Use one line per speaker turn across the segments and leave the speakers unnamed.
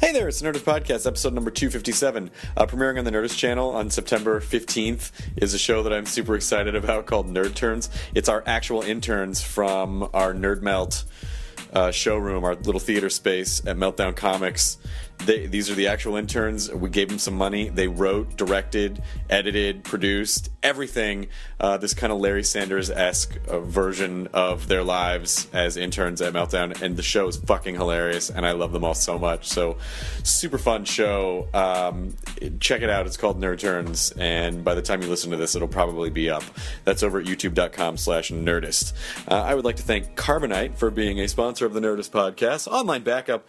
Hey there, it's Nerdist Podcast, episode number 257. Uh, premiering on the Nerdist channel on September 15th is a show that I'm super excited about called Nerd Turns. It's our actual interns from our Nerd Melt uh, showroom, our little theater space at Meltdown Comics. They, these are the actual interns. We gave them some money. They wrote, directed, edited, produced everything. Uh, this kind of Larry Sanders esque uh, version of their lives as interns at Meltdown. And the show is fucking hilarious. And I love them all so much. So, super fun show. Um, check it out. It's called Nerd Turns. And by the time you listen to this, it'll probably be up. That's over at youtube.com slash nerdist. Uh, I would like to thank Carbonite for being a sponsor of the Nerdist podcast. Online backup.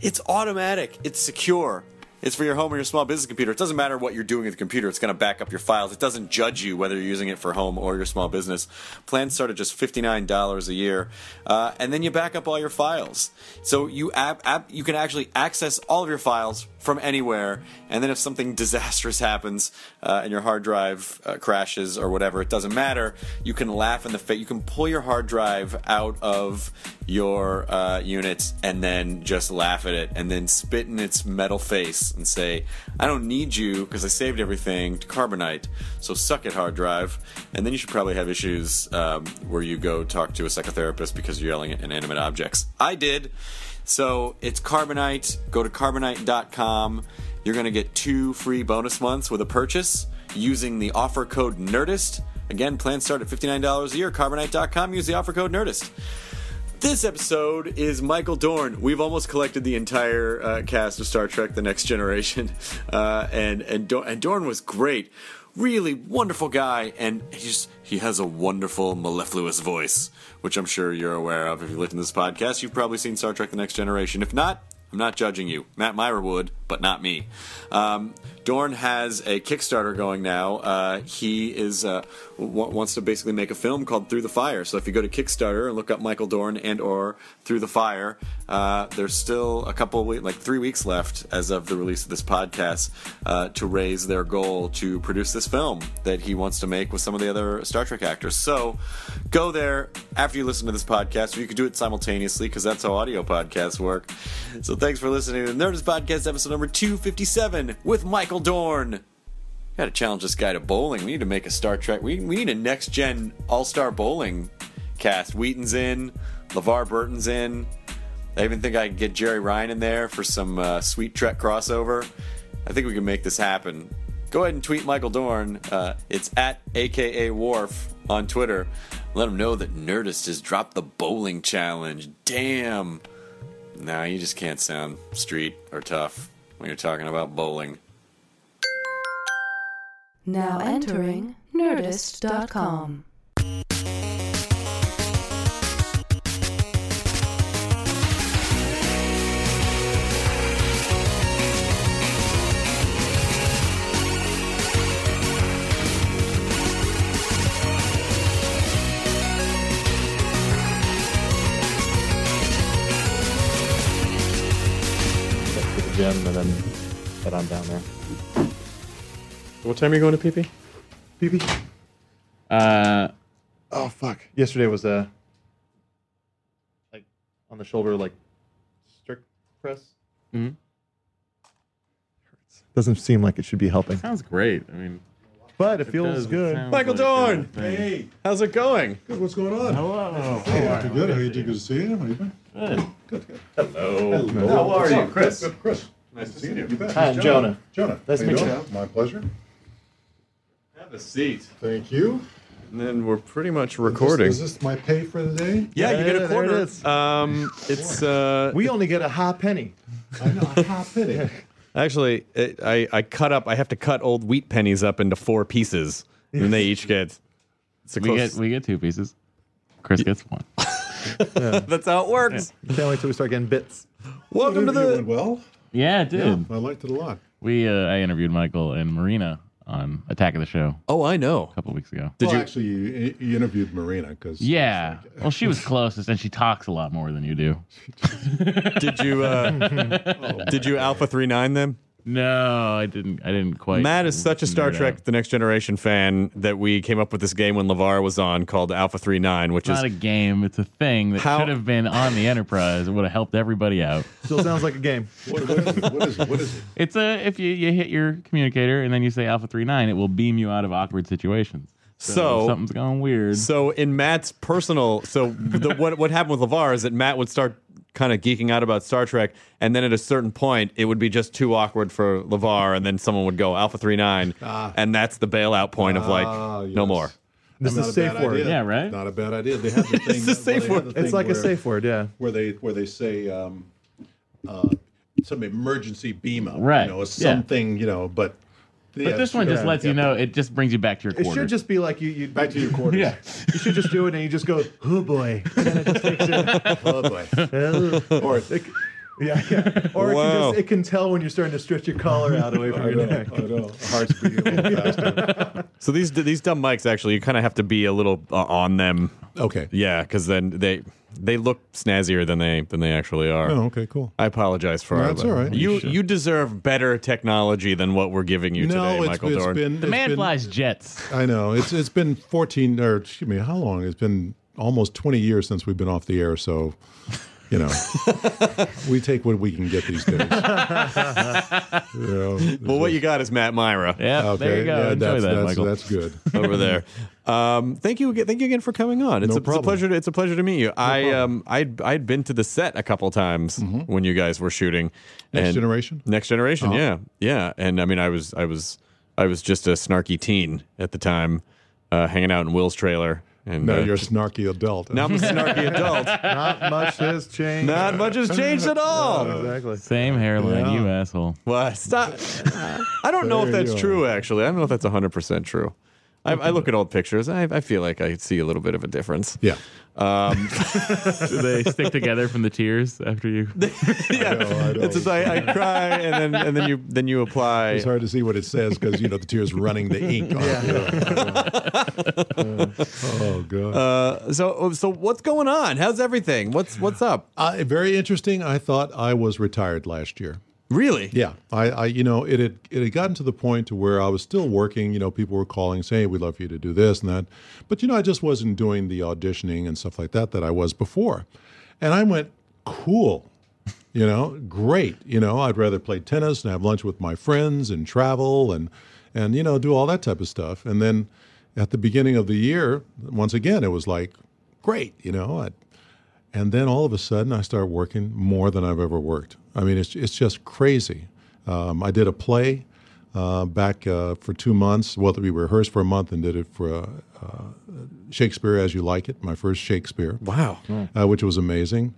It's automatic. It's secure. It's for your home or your small business computer. It doesn't matter what you're doing with the computer. It's going to back up your files. It doesn't judge you whether you're using it for home or your small business. Plans start at just $59 a year, uh, and then you back up all your files. So you app, app, you can actually access all of your files from anywhere. And then if something disastrous happens uh, and your hard drive uh, crashes or whatever, it doesn't matter. You can laugh in the face. You can pull your hard drive out of your uh, units and then just laugh at it and then spit in its metal face and say, I don't need you because I saved everything to carbonite. So suck it, hard drive. And then you should probably have issues um, where you go talk to a psychotherapist because you're yelling at inanimate objects. I did. So it's Carbonite. Go to carbonite.com. You're going to get two free bonus months with a purchase using the offer code NERDIST. Again, plans start at $59 a year. Carbonite.com. Use the offer code NERDIST. This episode is Michael Dorn. We've almost collected the entire uh, cast of Star Trek: The Next Generation, uh, and and, Dor- and Dorn was great, really wonderful guy, and he's he has a wonderful mellifluous voice, which I'm sure you're aware of. If you listen to this podcast, you've probably seen Star Trek: The Next Generation. If not, I'm not judging you. Matt Myra would, but not me. Um, Dorn has a Kickstarter going now. Uh, he is uh, w- wants to basically make a film called Through the Fire. So if you go to Kickstarter and look up Michael Dorn and or Through the Fire, uh, there's still a couple we- like three weeks left as of the release of this podcast uh, to raise their goal to produce this film that he wants to make with some of the other Star Trek actors. So go there after you listen to this podcast, or you could do it simultaneously because that's how audio podcasts work. So thanks for listening to the Nerdist Podcast, episode number 257 with Michael Dorn. Got to challenge this guy to bowling. We need to make a Star Trek. We, we need a next gen all star bowling cast. Wheaton's in, LeVar Burton's in. I even think I could get Jerry Ryan in there for some uh, Sweet Trek crossover. I think we can make this happen. Go ahead and tweet Michael Dorn. Uh, it's at AKA Wharf on Twitter. Let him know that Nerdist has dropped the bowling challenge. Damn. No, you just can't sound street or tough when you're talking about bowling.
Now entering nerdist.com.
gym and then head on down there. What time are you going to PP?
PP.
Uh,
Oh fuck. Yesterday was uh like on the shoulder like strict press. Hurts.
Mhm.
Mm-hmm. Doesn't seem like it should be helping.
sounds great. I mean,
But it feels
does, it
good.
sounds
Michael
like
Dorn!
a thing.
How's it going?
Good, what's going on?
Hello.
Hey, Dr. Good, how you doing? Good to see you. How you been?
Hello.
How are you, Chris?
Good, Chris. Nice to see you. you bet.
Hi, I'm Jonah.
Jonah.
Nice
how
to
you
meet
doing? My pleasure.
a seat.
Thank you.
And then we're pretty much
Is this-
recording.
Is this my pay for the day?
Yeah, you get
Yeah, there
a
it
quarter.
is.
um, it's uh,
We only get a half penny.
I know. I hop in it.
actually it, I I cut up. I have to cut old wheat pennies up into four pieces, and they each get. It's the
We get
closest-
we get two pieces. Chris gets one.
That's how it works.
Can't wait till we start getting bits.
Welcome to
Interview
the
went well.
Yeah, it did.
I liked it a lot.
We uh, I interviewed Michael and Marina on Attack of the Show
Oh, I know.
a couple weeks ago.
Did
well,
you-
actually you, you interviewed Marina because
Yeah. Well, she was closest, and she talks a lot more than you do.
Did you uh, did you Alpha 39 them?
No, I didn't. I didn't quite.
Matt is such a Star
nerd
Trek
out.
The Next Generation fan that we came up with this game when LeVar was on called Alpha 39, which
It's not a
is
game. It's a thing that
How-
should have been on the Enterprise. It would have helped everybody out.
Still sounds like a game.
What, what is it? What is it? What is it?
It's a if you, you hit your communicator and then you say Alpha 39, it will beam you out of awkward situations.
So-
if something's going weird.
so in Matt's personal. So the, what what happened with LeVar is that Matt would start kind of geeking out about Star Trek, and then at a certain point, it would be just too awkward for LeVar, and then someone would go Alpha 39, and that's the bailout point of like
Ah,
no
yes.
more.
This
Not
is
a
safe
bad
word.
idea.
Yeah, right?
Not a bad idea. They have the thing.
It's a safe
well,
word.
they have the
It's
thing
like a
where-
safe word, yeah.
where they where they say um, uh, some emergency beam up,
Right,
You know, it's
yeah.
something you know, but
but this one just lets you know. It just brings you back to your
It
quarter.
should just be like you. you
back to your quarters.
yeah.
You should just do it, and you just go, "Oh boy!" And then it just takes it.
Oh boy.
Oh.
Or
Yeah, yeah. Or it, can
Wow.
just, it can tell when you're starting to stretch your collar out away from
I
your
know,
neck.
I know. Heart's beating a little faster.
So these these dumb mics actually, you kind of have to be a little uh, on them,
Okay.
yeah, because then they they look snazzier than they than they actually are.
Oh, okay, cool.
I apologize for
No,
our-
it's all right.
You
You should.
you deserve better technology than what we're giving you
no,
today,
it's-
Michael
it's
Dorn.
been
the
it's
man
been-
flies jets.
I know it's it's been fourteen or excuse me, how long? It's been almost twenty years since we've been off the air, so you know, we take what we can get these days. You know,
well, what you got is Matt Myra
Yeah, there you go.
yeah,
Enjoy
that's,
that,
that's,
Michael.
that's good.
over there. Um, thank you, again- thank you again for coming on. It's,
No
a, it's a
problem.
pleasure. To, it's a pleasure to meet you. I um I'd I'd been to the set a couple times when you guys were shooting.
Mm-hmm. Next
and-
generation. Uh-huh.
Next generation. Yeah, yeah. And I mean, I was I was I was just a snarky teen at the time, uh, hanging out in Will's trailer. And
No,
uh,
you're a snarky adult.
now I'm a snarky adult.
Not much has changed.
Not much has changed at all.
exactly.
Same hairline, you asshole.
Well, stop. I don't know if
There you
that's
are.
true. Actually, I don't know if that's hundred percent true. I, I look at old pictures. I, I feel like I see a little bit of a difference.
yeah.
Do they stick together from the tears after you?
I know, I know.
It's just I, I cry and then and then you then you apply.
It's hard to see what it says because you know the tears running the ink. On yeah. oh god.
Uh, so so what's going on? How's everything? What's what's up?
I- Uh, very interesting. I thought I was retired last year.
Really?
Yeah, I, I, you know, it had it had gotten to the point to where I was still working. You know, people were calling saying, "Hey, we'd love for you to do this and that," but you know, I just wasn't doing the auditioning and stuff like that that I was before. And I went, "Cool, you know, great. You know, I'd rather play tennis and have lunch with my friends and travel and and you know do all that type of stuff." And then at the beginning of the year, once again, it was like, "Great, you know, I, and then all of a sudden, I start working more than I've ever worked. I mean, it's, it's just crazy. Um, I did a play uh, back uh, for two months. Well, we rehearsed for a month and did it for uh, uh, Shakespeare as You Like It, my first Shakespeare. Wow. Uh, which was amazing.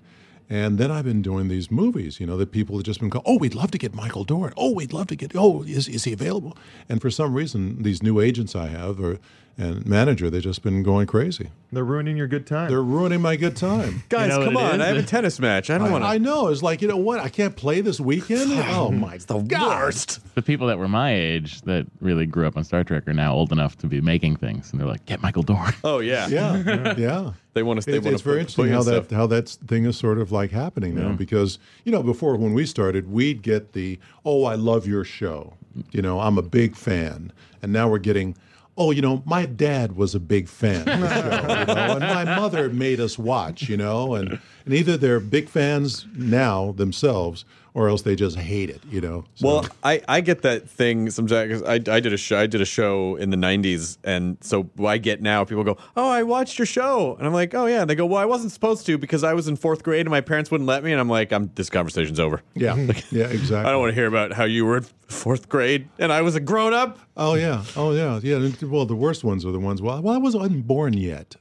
And then I've been doing these movies, you know, that people have just been going, oh, we'd love to get Michael Dorn. Oh, we'd love to get, oh, is, is he available? And for some reason, these new agents I have or, and manager, they've just been going crazy.
They're ruining your good time.
They're ruining my good time.
Guys,
You know
come
what it
on!
is?
I have a tennis match. I don't want to.
I know. It's like, you know what? I can't play this weekend. Oh my
the
God.
worst.
The people that were my age that really grew up on Star Trek are now old enough to be making things, and they're like, "Get Michael Dorn."
Oh yeah.
Yeah. Yeah.
They want to. They
It-
want
it's
to.
very interesting how that how that thing is sort of like happening now because you know before when we started we'd get the oh I love your show you know I'm a big fan and now we're getting oh you know my dad was a big fan of the show, you know, and my mother made us watch you know and and either they're big fans now themselves or else they just hate it, you know.
Well, I, I get that thing sometimes. 'cause I, I did a show I did a show in the '90s, and so I get now people go, "Oh, I watched your show," and I'm like, "Oh yeah." And they go, "Well, I wasn't supposed to because I was in fourth grade and my parents wouldn't let me." And I'm like, "I'm this conversation's over.
Yeah, yeah, exactly.
I don't want to hear about how you were in fourth grade and I was a grown up."
Oh yeah, oh yeah, yeah. and- Well, the worst ones are the ones. Well, well, I wasn't born yet.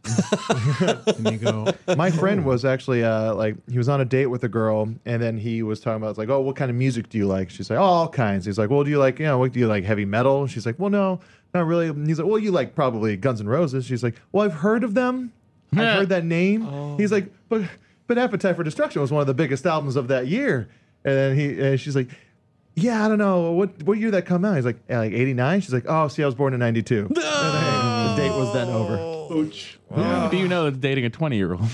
and you go,
My friend was actually uh, like he was on a date with a girl, and then he was talking about like, oh, what kind of music do you like? She's like, oh, all kinds. He's like, well, do you like you know what do you like heavy metal? She's like, well, no, not really. And he's like, well, you like probably Guns N' Roses. She's like, well, I've heard of them. I've heard that name. He's like, but but Appetite for Destruction was one of the biggest albums of that year. And then he and she's like, yeah, I don't know what what year that come out. He's like, "Eh, like eighty nine. She's like, oh, see, I was born in ninety two. The date was then over.
Ouch.
How do you know that's dating a 20 year old?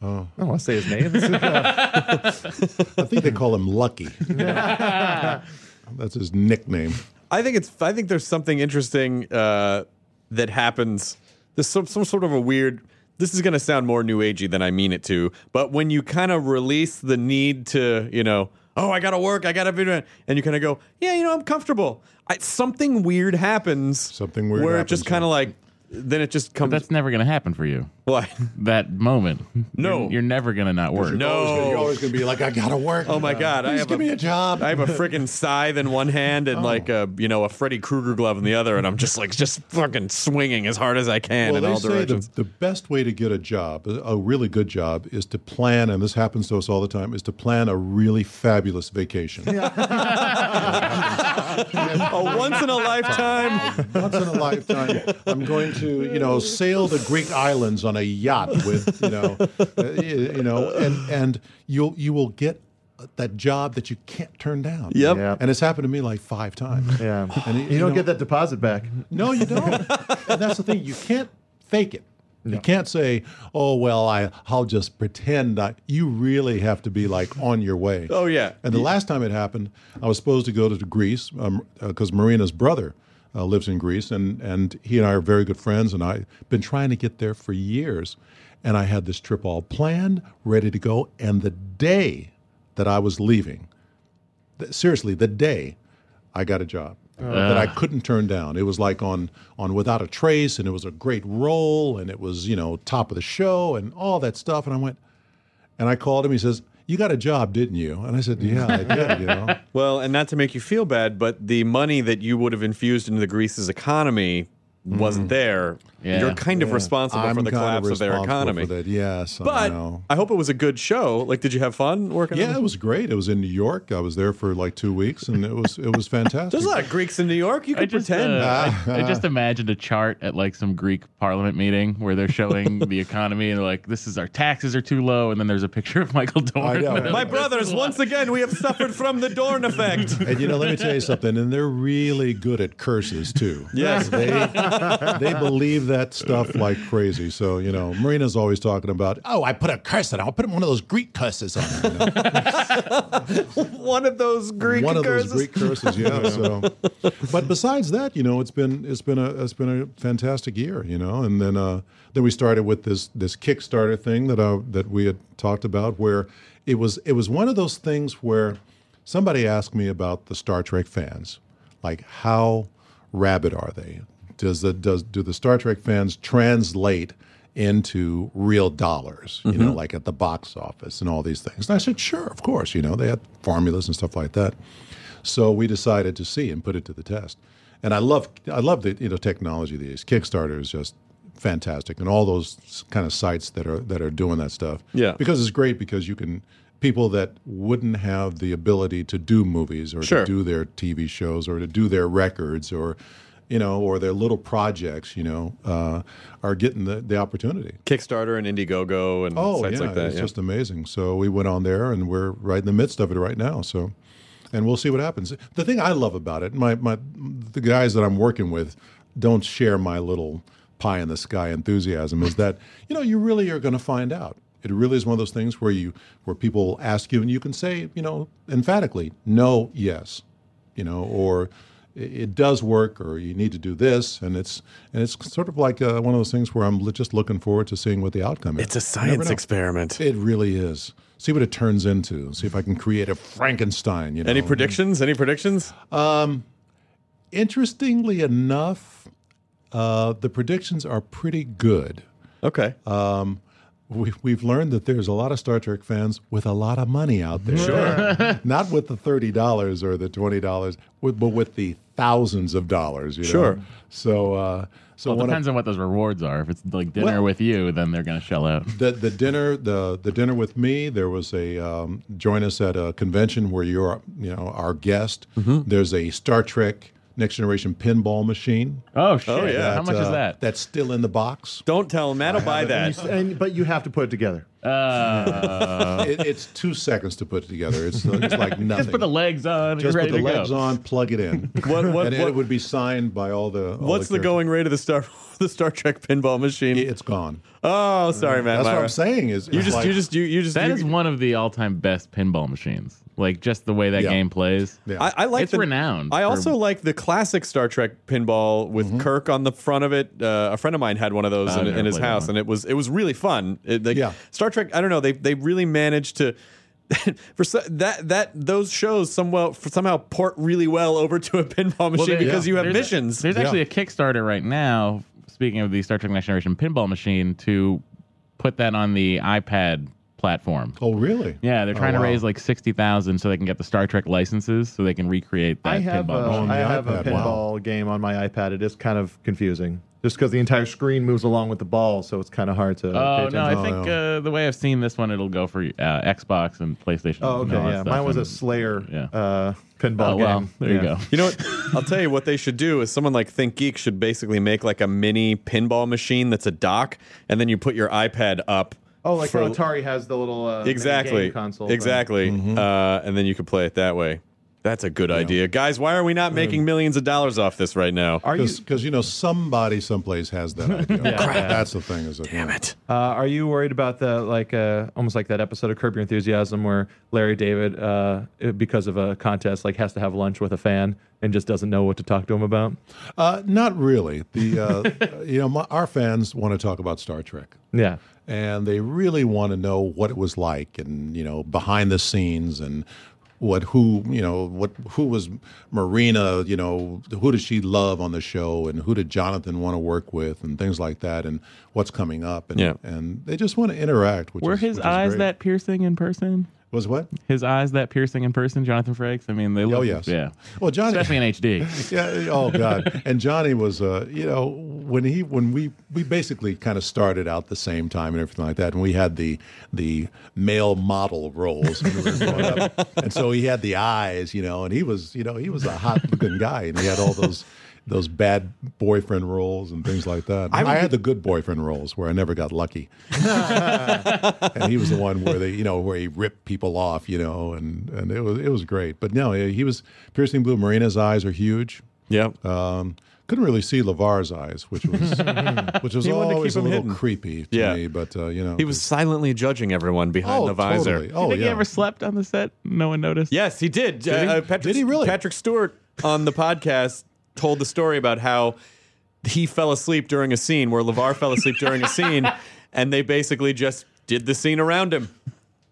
Oh,
I don't want to say his name.
uh,
I think they call him Lucky. That's his nickname.
I think it's. I think there's something interesting uh, that happens. There's some, some sort of a weird. This is going to sound more new agey than I mean it to, but when you kind of release the need to, you know, oh, I got to work, I got to be doing, and you kind of go, yeah, you know, I'm comfortable. I, something weird happens.
Something weird
Where
happens,
it just kind of like, then it just
But
comes.
that's never going to happen for you.
Why?
That moment.
No.
You're, you're never going to not work.
No.
Always gonna- You're always going to be like, I gotta work.
Oh my God! I
Please
have
give me a job.
I have a freaking scythe in one hand
Oh.
and like a you know a Freddy Krueger glove in the other, and I'm just like just fucking swinging as hard as I can
well,
in
they
all
say
directions.
The, the best way to get a job, a a really good job, is to plan, and this happens to us all the time, is to plan a really fabulous vacation.
a once in a lifetime.
Once in a lifetime, I'm going to, you know, sail the Greek islands on a yacht with, you know, uh, you you know, and and you'll you will get that job that you can't turn down.
Yep.
Yep.
And it's happened to me like five times.
Yeah.
And
you, don't get that deposit back.
No, you don't. and that's the thing. You can't fake it. You can't say, "Oh well, I I'll just pretend." I, you really have to be like on your way.
Oh, yeah.
And the last time it happened, I was supposed to go to Greece because um, uh 'cause Marina's brother uh, lives in Greece, and and he and I are very good friends, and I've been trying to get there for years, and I had this trip all planned, ready to go, and the day that I was leaving, th- seriously, the day I got a job
Ah.
that I couldn't turn down. It was like on on Without a Trace, and it was a great role, and it was you know top of the show, and all that stuff. And I went, and I called him. He says, "You got a job, didn't you?" And I said, "Yeah, I did." You know,
Well, and not to make you feel bad, but the money that you would have infused into the Greece's economy
Mm.
wasn't there.
Yeah.
You're kind of responsible for the
kinda
collapse of their
responsible
economy.
For that. Yes, I
But
know.
I hope it was a good show. Like, did you have fun working? on
Yeah,
this?
it was great. It was in New York. I was there for like two weeks, and it was it was fantastic.
There's a lot of Greeks in New York. You
I
could
just,
pretend.
uh, I,
Ah.
I just imagined a chart at like some Greek parliament meeting where they're showing the economy and like this is our taxes are too low, and then there's a picture of Michael Dorn.
I know.
And
My
this
brothers,
is
once
why-
again, we have suffered from the Dorn effect.
And you know, let me tell you something. And they're really good at curses too.
Yes.
they they believe that stuff like crazy. So you know, Marina's always talking about, oh, I put a curse on it. I'll put one of those Greek curses on it. you know.
One of those Greek
one of
curses.
those Greek curses, yeah. so, but besides that, you know, it's been it's been a it's been a fantastic year, you know. And then uh, then we started with this this Kickstarter thing that I, that we had talked about, where it was it was one of those things where somebody asked me about the Star Trek fans, like how rabid are they? Does the does do the Star Trek fans translate? into real dollars, you know, like at the box office and all these things. And I said, sure, of course, you know, they had formulas and stuff like that. So we decided to see and put it to the test. And I love I love the you know technology these Kickstarter is just fantastic and all those kind of sites that are that are doing that stuff.
Yeah.
Because it's great because you can people that wouldn't have the ability to do movies or
Sure.
to do their TV shows or to do their records or you know or their little projects, you know, uh, are getting the, the opportunity.
Kickstarter and Indiegogo and
Oh,
sites
yeah,
like that.
it's
yeah.
just amazing. So we went on there, and we're right in the midst of it right now. So, and we'll see what happens. The thing I love about it, my my the guys that I'm working with don't share my little pie in the sky enthusiasm. is that you know you really are going to find out. It really is one of those things where you where people ask you, and you can say you know emphatically, no, yes, you know, or it, it does work, or you need to do this, and it's and it's sort of like uh, one of those things where I'm li- just looking forward to seeing what the outcome is.
It's a
You never
science
know.
experiment.
It really is. See what it turns into. See if I can create a Frankenstein. You know.
Any predictions? Any predictions?
Um, interestingly enough, uh, the predictions are pretty good.
Okay.
Um, we, we've learned that there's a lot of Star Trek fans with a lot of money out there.
Sure.
Not with the thirty dollars or the twenty dollars, but with the thousands of dollars. You know?
Sure.
So, uh, so
So it
one of-
depends on what those rewards are. If it's like dinner
Well-
with you, then they're going to shell out.
the the dinner the the dinner with me there was a um, join us at a convention where you're you know our guest there's a Star Trek Next Generation pinball machine uh,
oh
shit. How much is that?
that's still in the box
don't tell Matt
I have it. And you s- and- but you have to put it together.
Uh, it, it's two seconds to put it together. It's, it's like nothing.
Just put the legs on.
Just
you're
put
ready
the
to go.
legs on, plug it in.
What- what-
and
what-
it would be signed by all the. all
What's the
characters.
going rate of the Star the Star Trek pinball machine?
It's gone.
Oh, sorry, Matt.
That's what
Myra.
I'm saying. Is
you
it's
just
like-
you just you, you just
That
you-
is one of the all-time best pinball machines. Like just the way that
Yeah.
game plays.
I, I like
it's
the,
renowned.
I
for-
also like the classic Star Trek pinball with
Mm-hmm.
Kirk on the front of it. Uh, a friend of mine had one of those
I've
in,
never
in his
played that
house,
one.
and it was it was really fun. It, like,
Yeah.
Star Trek. I don't know. They they really managed to. For so, that that those shows somewhat for somehow port really well over to a pinball machine
Well, there-
because you have
there's-
missions.
There's actually a Kickstarter right now. Speaking of the Star Trek Next Generation pinball machine, to put that on the iPad platform.
Oh, really?
Yeah, they're
Oh,
trying
wow.
to raise like sixty thousand so they can get the Star Trek licenses so they can recreate that
I have a,
pinball
uh,
machine.
I have a
iPad, wow.
pinball game on my iPad. It is kind of confusing, just because the entire screen moves along with the ball, so it's kind of hard to.
Oh
pay
no! I
attention.
think uh, the way I've seen this one, it'll go for uh, Xbox and PlayStation.
Oh,
and
okay,
all that
yeah.
stuff,
Mine was a
and-
Slayer
yeah.
uh, pinball
Oh, well,
game.
there you
Yeah.
go.
You know what? I'll tell you what they should do is someone like Think Geek should basically make like a mini pinball machine that's a dock, and then you put your iPad up.
Oh, like
for-
how Atari has the little uh, mini
exactly
game console. thing.
exactly,
Mm-hmm.
uh, and then you could play it that way. That's a good idea, guys. Why are we
Mm.
not making millions of dollars off this right now?
Are you
Because you, know somebody someplace has that idea.
Yeah.
That's the thing. Is that,
Damn it!
Uh, are you worried about the like uh, almost like that episode of Curb Your Enthusiasm where Larry David, uh, it- because of a contest, like has to have lunch with a fan and just doesn't know what to talk to him about?
Uh, not really. The uh, you know my, our fans want to talk about Star Trek.
Yeah,
and they really want to know what it was like and you know behind the scenes and what who you know what who was Marina you know who does she love on the show and who did Jonathan want to work with and things like that and what's coming up and
Yeah.
and they just want to interact. Which
Were
is,
his
which is
eyes
great.
that piercing in person?
was what?
His eyes that piercing in person, Jonathan Frakes. I mean, they look.
Oh yes,
Yeah.
Well, Johnny,
Especially in HD.
yeah. Oh God. And Johnny was, uh, you know, when he when we we basically kind of started out the same time and everything like that, and we had the the male model roles, when we were growing up. and so he had the eyes, you know, and he was, you know, he was a hot looking guy, and he had all those. Those bad boyfriend roles and things like that. I, had the good boyfriend roles where I never got lucky, and he was the one where they, you know, where he ripped people off, you know, and and it was it was great. But no, eh, he was piercing blue. Marina's eyes are huge.
Yep.
Um, couldn't really see Lavar's eyes, which was which was
He wanted to keep
always a
him
little
hidden.
creepy to
Yeah.
me. But uh, you know,
he was silently judging everyone behind
oh
the visor.
totally. Oh
think
yeah.
he ever slept on the set? No one noticed.
Yes, he did.
Did he?
Uh, Patrick,
Did he really?
Patrick Stewart on the podcast told the story about how he fell asleep during a scene where LeVar fell asleep during a scene, and they basically just did the scene around him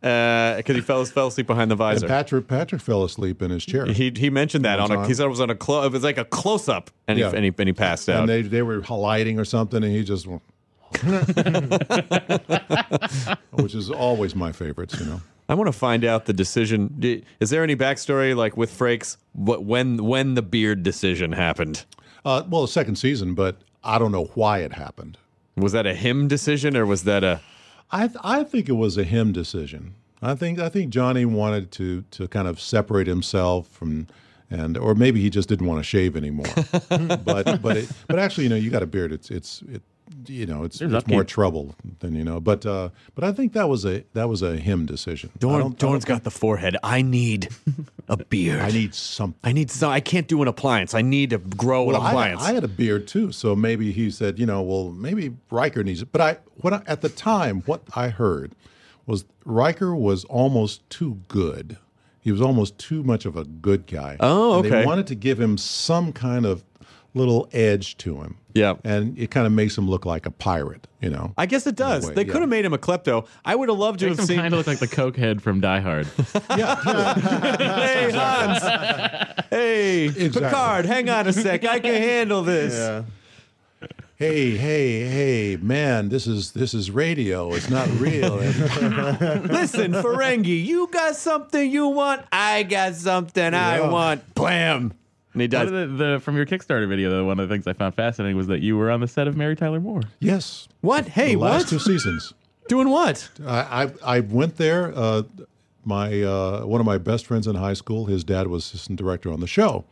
because he fell, fell asleep behind the
and
visor.
Patrick Patrick fell asleep in his chair.
he he mentioned that on
One
a, he
time.
said it was on a close it was like a close up and,
Yeah.
he, and he and he passed out.
and they they were lighting or something, and he just went, which is always my favorites. You know,
I want to find out the decision. D- Is there any backstory like with Frakes? What when when the beard decision happened?
uh, well, the second season, but I don't know why it happened.
Was that a him decision or was that a
I th- I think it was a him decision. I think I think Johnny wanted to to kind of separate himself from and or maybe he just didn't want to shave anymore. but but it, but actually, you know, you got a beard. It's it's it you know it's,
There's
it's more
upkeep.
trouble than you know. But uh, but I think that was a that was a him decision. I
Dorn,
don't-
Dorn's got the forehead. I need a beard.
I need something.
I need some. I can't do an appliance. I need to grow an
I,
appliance.
I had a beard too, so maybe he said, you know, well, maybe Riker needs it. But I, what I, at the time, what I heard was Riker was almost too good. He was almost too much of a good guy.
Oh,
And
okay.
they wanted to give him some kind of little edge to him.
Yeah.
And it kind of makes him look like a pirate, you know.
I guess it does.
way,
they
yeah.
could have made him a klepto. I would have loved to
Makes
have
him
seen.
kind of look like the cokehead from Die Hard.
hey Hans, hey Picard, hang on a sec. I can handle this.
Hey, hey, hey, man, this is this is radio. It's not real.
Listen, Ferengi, you got something you want. I got something I
Yeah.
want. Blam. And he
One
does.
of the, the, from your Kickstarter video, though, one of the things I found fascinating was that you were on the set of Mary Tyler Moore.
yes.
What? Hey,
the last
what?
two seasons.
Doing what?
I, I I went there. Uh, my uh, one of my best friends in high school, his dad was assistant director on the show,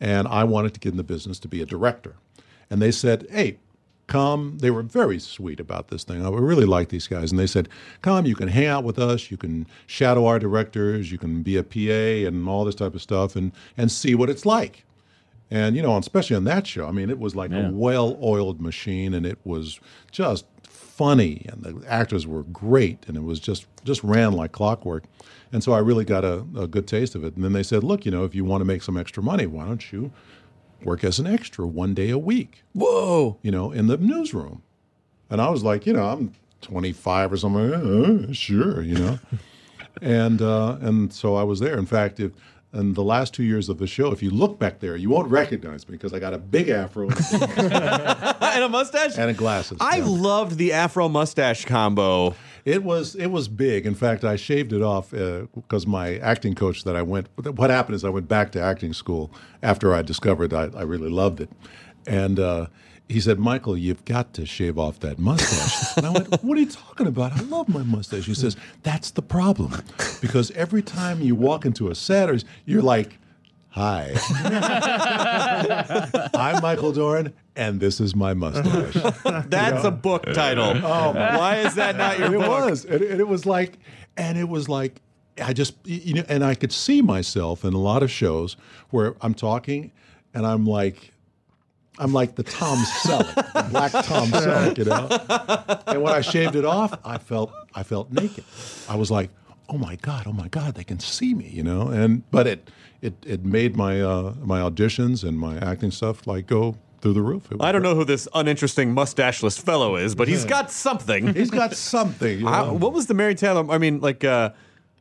and I wanted to get in the business to be a director. And they said, "Hey, come." They were very sweet about this thing. I really like these guys, and they said, "Come, you can hang out with us. You can shadow our directors. You can be a PA and all this type of stuff, and and see what it's like." And you know, especially on that show, I mean, it was like
Yeah.
a well-oiled machine, and it was just funny, and the actors were great, and it was just just ran like clockwork. And so I really got a, a good taste of it. And then they said, "Look, you know, if you want to make some extra money, why don't you work as an extra one day a week,
Whoa.
you know, in the newsroom?" And I was like, you know, I'm 25 or something. Uh, uh, sure, you know. and uh, and so I was there. In fact, if in the last two years of the show, if you look back there, you won't recognize me because I got a big afro
and a mustache.
and glasses.
I
Yeah.
loved the Afro mustache combo.
It was it was big. In fact, I shaved it off because my acting coach that I went. What happened is I went back to acting school after I discovered I, I really loved it, and uh, he said, "Michael, you've got to shave off that mustache." and I went, "What are you talking about? I love my mustache." He says, "That's the problem, because every time you walk into a set, or you're like." Hi, I'm Michael Doran, and this is my mustache.
That's a book title. Oh, why is that not your
it
book?
was and, and it was like and it was like i just you know and i could see myself in a lot of shows where i'm talking and i'm like I'm like the Tom Selleck, the black Tom Selleck, you know. And when I shaved it off, I felt I felt naked. I was like, "Oh my god, oh my god, they can see me," you know. And but it it it made my uh, my auditions and my acting stuff like go through the roof. It was
I don't
great.
know who this uninteresting mustacheless fellow is, but he's got something.
He's got something. You know?
I- what was the Mary Tyler? I mean, like uh,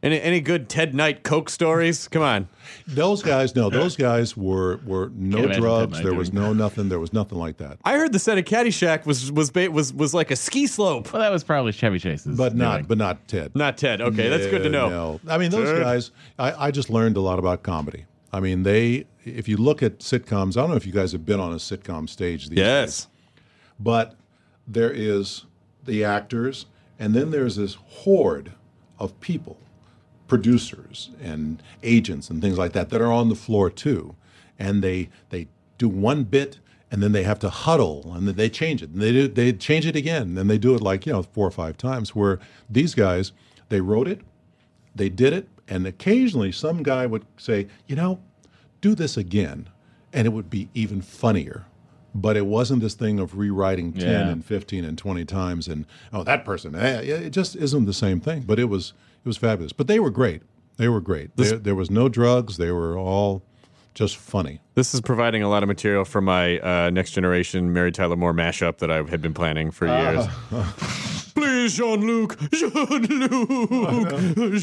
any any good Ted Knight Coke stories? Come on,
Those guys, no, those guys were were no
Can't imagine
drugs.
Ted
There
Knight
was
doing
no nothing. There was nothing like that.
I heard the set of Caddyshack was was ba- was was like a ski slope.
Well, that was probably Chevy Chase's.
But
doing.
not, but not Ted.
Not Ted. Okay, that's good to
Yeah,
know.
no. I mean, those
Ted.
guys. I, I just learned a lot about comedy. I mean, they. If you look at sitcoms, I don't know if you guys have been on a sitcom stage. These
Yes.
but there is the actors, and then there's this horde of people, producers and agents and things like that, that are on the floor too, and they they do one bit. And then they have to huddle, and then they change it, and they do, they change it again, and then they do it like you know four or five times. Where these guys, they wrote it, they did it, and occasionally some guy would say, you know, do this again, and it would be even funnier. But it wasn't this thing of rewriting 10
Yeah.
and 15 and 20 times and, oh, that person. eh, yeah, It just isn't the same thing. But it was it was fabulous. But they were great. They were great. there, there was no drugs. They were all just funny.
This is providing a lot of material for my uh, next generation Mary Tyler Moore mashup that I had been planning for
Ah.
years. Please, Jean Luc, Jean Luc,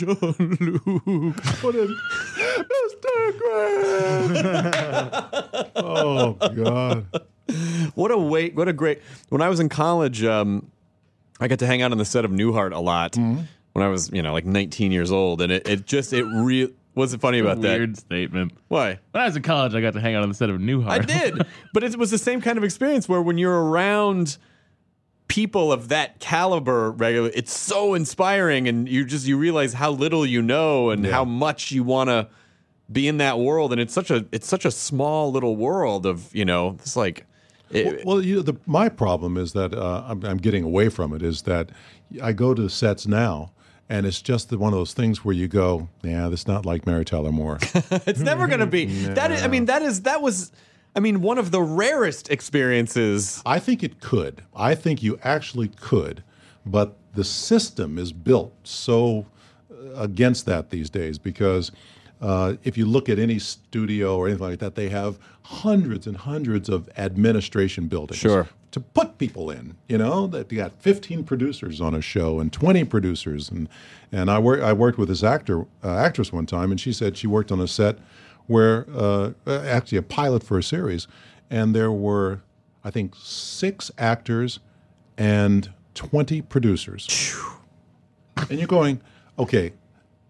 Jean Luc.
What a Mr. oh, God.
What a wait! What a great. When I was in college, um, I got to hang out on the set of Newhart a lot. When I was, you know, like 19 years old, and it, it just it real. What's funny about
Weird
that?
statement.
Why?
When I was in college, I got to hang out on the set of Newhart.
I did. but it was the same kind of experience where when you're around people of that caliber regularly, it's so inspiring and you just you realize how little you know and how much you want to be in that world and it's such a it's such a small little world of, you know, it's like it,
Well, you know, the, my problem is that uh, I'm, I'm getting away from it. Is that I go to sets now, and it's just the, one of those things where you go, "Yeah, that's not like Mary Tyler Moore."
it's never going to be. That is I mean that is that was I mean one of the rarest experiences.
I think it could. I think you actually could, but the system is built so uh, against that these days because Uh, if you look at any studio or anything like that, they have hundreds and hundreds of administration buildings
Sure.
to put people in. You know, that you got 15 producers on a show and 20 producers, and and I work I worked with this actor uh, actress one time, and she said she worked on a set where uh, uh, actually a pilot for a series, and there were I think six actors and 20 producers, and you're going okay.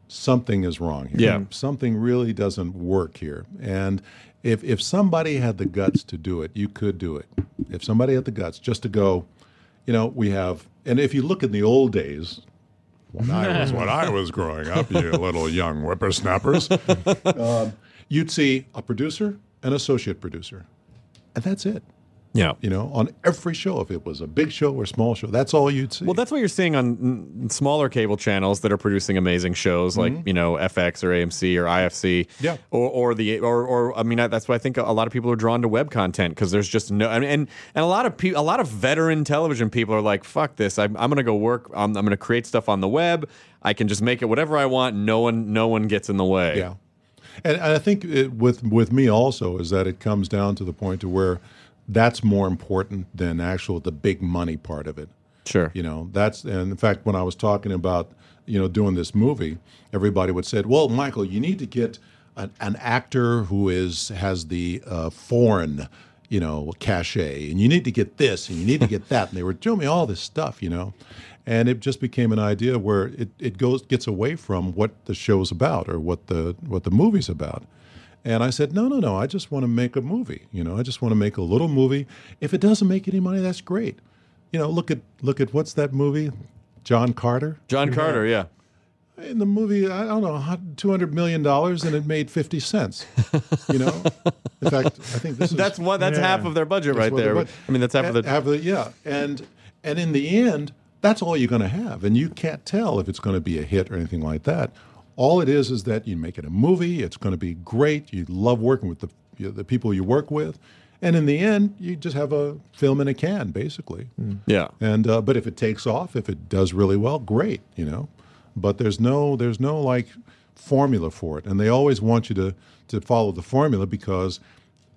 Something is wrong here.
Yeah.
Something really doesn't work here. And if if somebody had the guts to do it, you could do it. If somebody had the guts just to go, you know, we have and if you look in the old days, when I was when I was growing up, you little young whippersnappers, um, you'd see a producer, an associate producer, and that's it.
Yeah.
You know, on every show, if it was a big show or small show, that's all you'd see.
Well, that's what you're seeing on mm, smaller cable channels that are producing amazing shows like you know FX or AMC or IFC.
Mm-hmm. Yeah.
Or, or the or, or I mean I- that's why I think a lot of people are drawn to web content because there's just no I mean, and and a lot of people a lot of veteran television people are like fuck this I'm, I'm gonna go work I'm, I'm gonna create stuff on the web I can just make it whatever I want no one no one gets in the way.
Yeah, and, and I think it, with with me also is that it comes down to the point to where that's more important than actual the big money part of it.
Sure.
You know, that's and in fact when I was talking about, you know, doing this movie, everybody would say, "Well, Michael, you need to get an, an actor who is has the uh, foreign, you know, cachet and you need to get this and you need to get that." and they were doing me all this stuff, you know. And it just became an idea where it, it goes gets away from what the show's about or what the what the movie's about. And I said, no, no, no. I just want to make a movie. You know, I just want to make a little movie. If it doesn't make any money, that's great. You know, look at look at what's that movie, John Carter.
John Carter, yeah.
In the movie, I don't know, two hundred million dollars, and it made fifty cents. You know, in fact, I think this is
That's one. That's
Yeah.
half of their budget
that's
right
what
there.
they want.
I mean, that's half
A-
of the.
half of the- yeah, and and in the end, that's all you're going to have, and you can't tell if it's going to be a hit or anything like that. All it is is that you make it a movie. It's going to be great. You love working with the you know, the people you work with, and in the end, you just have a film in a can, basically.
Yeah.
And uh, but if it takes off, if it does really well, great, you know. But there's no there's no like formula for it, and they always want you to to follow the formula because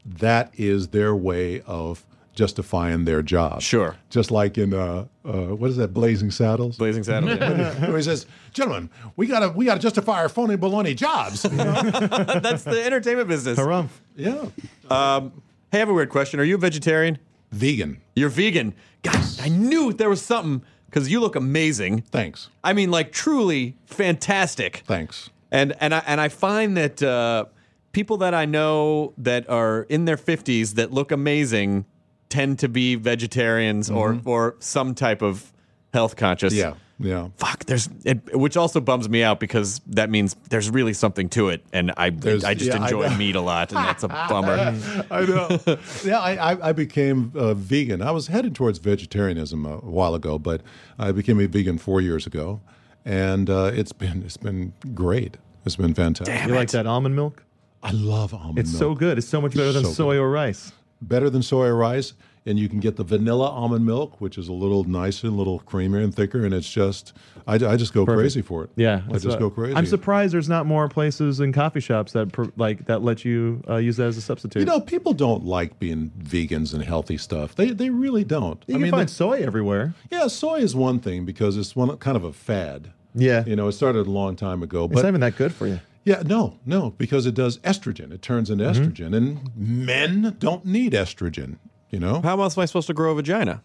that is their way of justifying their job.
Sure.
Just like in uh, uh what is that Blazing Saddles?
Blazing Saddles. yeah.
where he says, "Gentlemen, we gotta we gotta justify our phony baloney jobs." You know?
That's the entertainment business.
Oh,
Harumph.
yeah,
Hey, I have a weird question. Are you a vegetarian?
vegan.
You're vegan. God, I knew there was something because you look amazing.
Thanks,
I mean, like truly fantastic.
thanks.
And and I and I find that uh, people that I know that are in their fifties that look amazing tend to be vegetarians or or some type of health conscious.
Mm-hmm. Yeah, yeah.
Fuck. There's it, which also bums me out because that means there's really something to it, and I
There's-
I just
yeah, I
enjoy
know.
meat a lot, and that's a bummer.
I know. yeah, I, I, I became uh, vegan. I was headed towards vegetarianism a while ago, but I became a vegan four years ago, and uh, it's been it's been great. It's been fantastic.
You like that almond milk?
I love almond
It's so
milk.
good. It's so much better than
So good.
soy or rice.
better than soy or rice, and you can get the vanilla almond milk, which is a little nicer, a little creamier and thicker, and it's just I, I just go crazy for it.
Yeah,
I
that's what-
just go crazy.
I'm surprised there's not more places and coffee shops that pr- like that let you uh, use that as a substitute.
You know, people don't like being vegans and healthy stuff. They they really don't.
you
I
can
mean,
find
the-
soy everywhere.
Yeah, soy is one thing because it's one kind of a fad.
Yeah.
You know, it started a long time ago,
it's
but
not even that good for you.
yeah, no, no, because it does estrogen. It turns into
Mm-hmm.
estrogen, and men don't need estrogen. You know,
How else am I supposed to grow a vagina?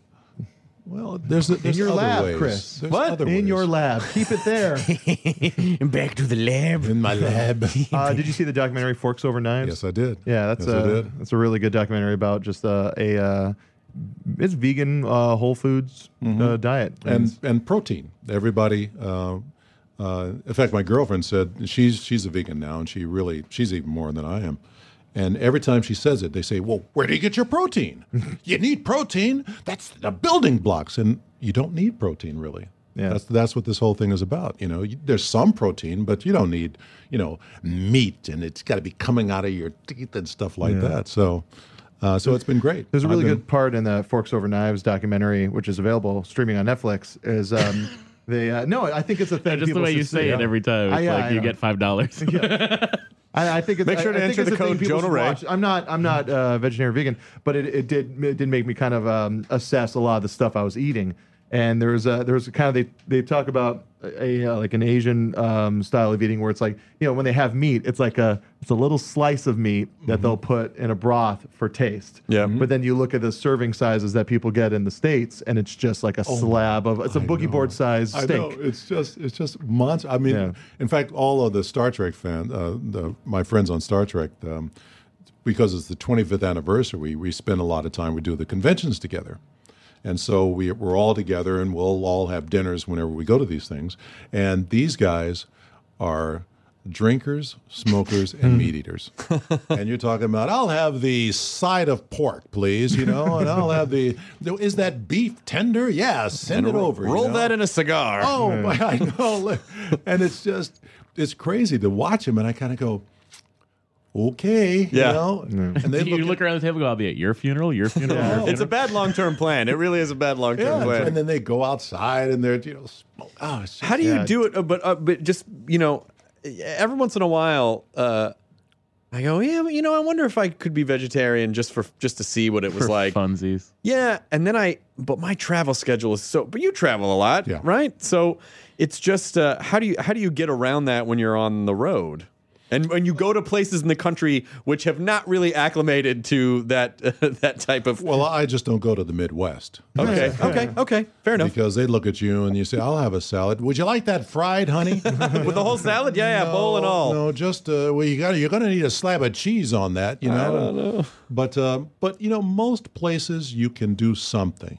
well, there's there's
your
other
lab,
ways.
Chris.
There's
What?
other
In
ways.
your lab, keep it there.
And back to the lab.
in my lab?
uh, did you see the documentary Forks Over Knives?
yes, I did.
Yeah, that's
yes, I
a
did.
that's a really good documentary about just uh, a uh, it's vegan uh, whole foods uh, diet
Mm-hmm. and and protein. Everybody. Uh, uh, in fact, my girlfriend said she's she's a vegan now, and she really she's even more than I am. And every time she says it, they say, "Well, where do you get your protein? you need protein. That's the building blocks." And you don't need protein really.
Yeah.
That's that's what this whole thing is about. You know, you, there's some protein, but you don't need you know meat, and it's got to be coming out of your teeth and stuff like that. So, uh, so it's been great.
There's a
I've
really
been-
good part in the Forks Over Knives documentary, which is available streaming on Netflix. Is um, they uh, no, I think it's a thing.
Just the
people
way
should
you
see.
uh,
say it every time. It's
I- yeah,
like
I
you
know.
get five dollars.
I, I think it's,
Make sure
I-
to
I think
enter
it's
the
thing
code
people should
Jonah Ray.
watch. I'm not I'm not uh, vegetarian or vegan, but it, it did it did make me kind of um, assess a lot of the stuff I was eating. And there was a, there was a kind of they they talk about a, uh like an Asian um, style of eating where it's like you know when they have meat, it's like a it's a little slice of meat that they'll put in a broth for taste.
Mm-hmm. Yeah.
But then you look at the serving sizes that people get in the states, and it's just like a
Oh
slab of it's a boogie board size
I
steak.
know it's just it's just monster. I mean,
Yeah.
in fact, all of the Star Trek fan, uh, the, my friends on Star Trek, um, because it's the 25th anniversary, we spend a lot of time. We do the conventions together, and so we we're all together, and we'll all have dinners whenever we go to these things. And these guys are drinkers, smokers,
Hmm.
and meat eaters. and you're talking about, I'll have the side of pork, please, you know, and I'll have the. Is that beef tender? Yeah, send it over. you
Roll
know?
that in a cigar.
Oh, my, I know. Look, And it's just, it's crazy to watch them. And I kind of go, okay.
Yeah.
You know? And they
you look,
look,
around the table and go, I'll be at your funeral, your funeral. your funeral.
It's a bad long term plan. It really is a bad long term
Oh. yeah.
plan.
And then they go outside and they're, you know, smoke. Oh, it's just-
How do you
Yeah.
do it? Uh, but uh, but just you know, every once in a while, uh, I go, yeah, but, you know, I wonder if I could be vegetarian just for just to see what it was
For
like.
funsies.
Yeah, and then I, but my travel schedule is so. But you travel a lot,
Yeah.
right? So it's just uh, how do you how do you get around that when you're on the road? And when you go to places in the country which have not really acclimated to that that type of
well, I just don't go to the Midwest.
okay okay okay Oh, fair enough
Because they look at you and you say, I'll have a salad. Would you like that fried, honey?
with the whole salad yeah yeah bowl and
No,
all
No, just uh, well, you got you're going to need a slab of cheese on that, you know. But uh, but you know, most places you can do something.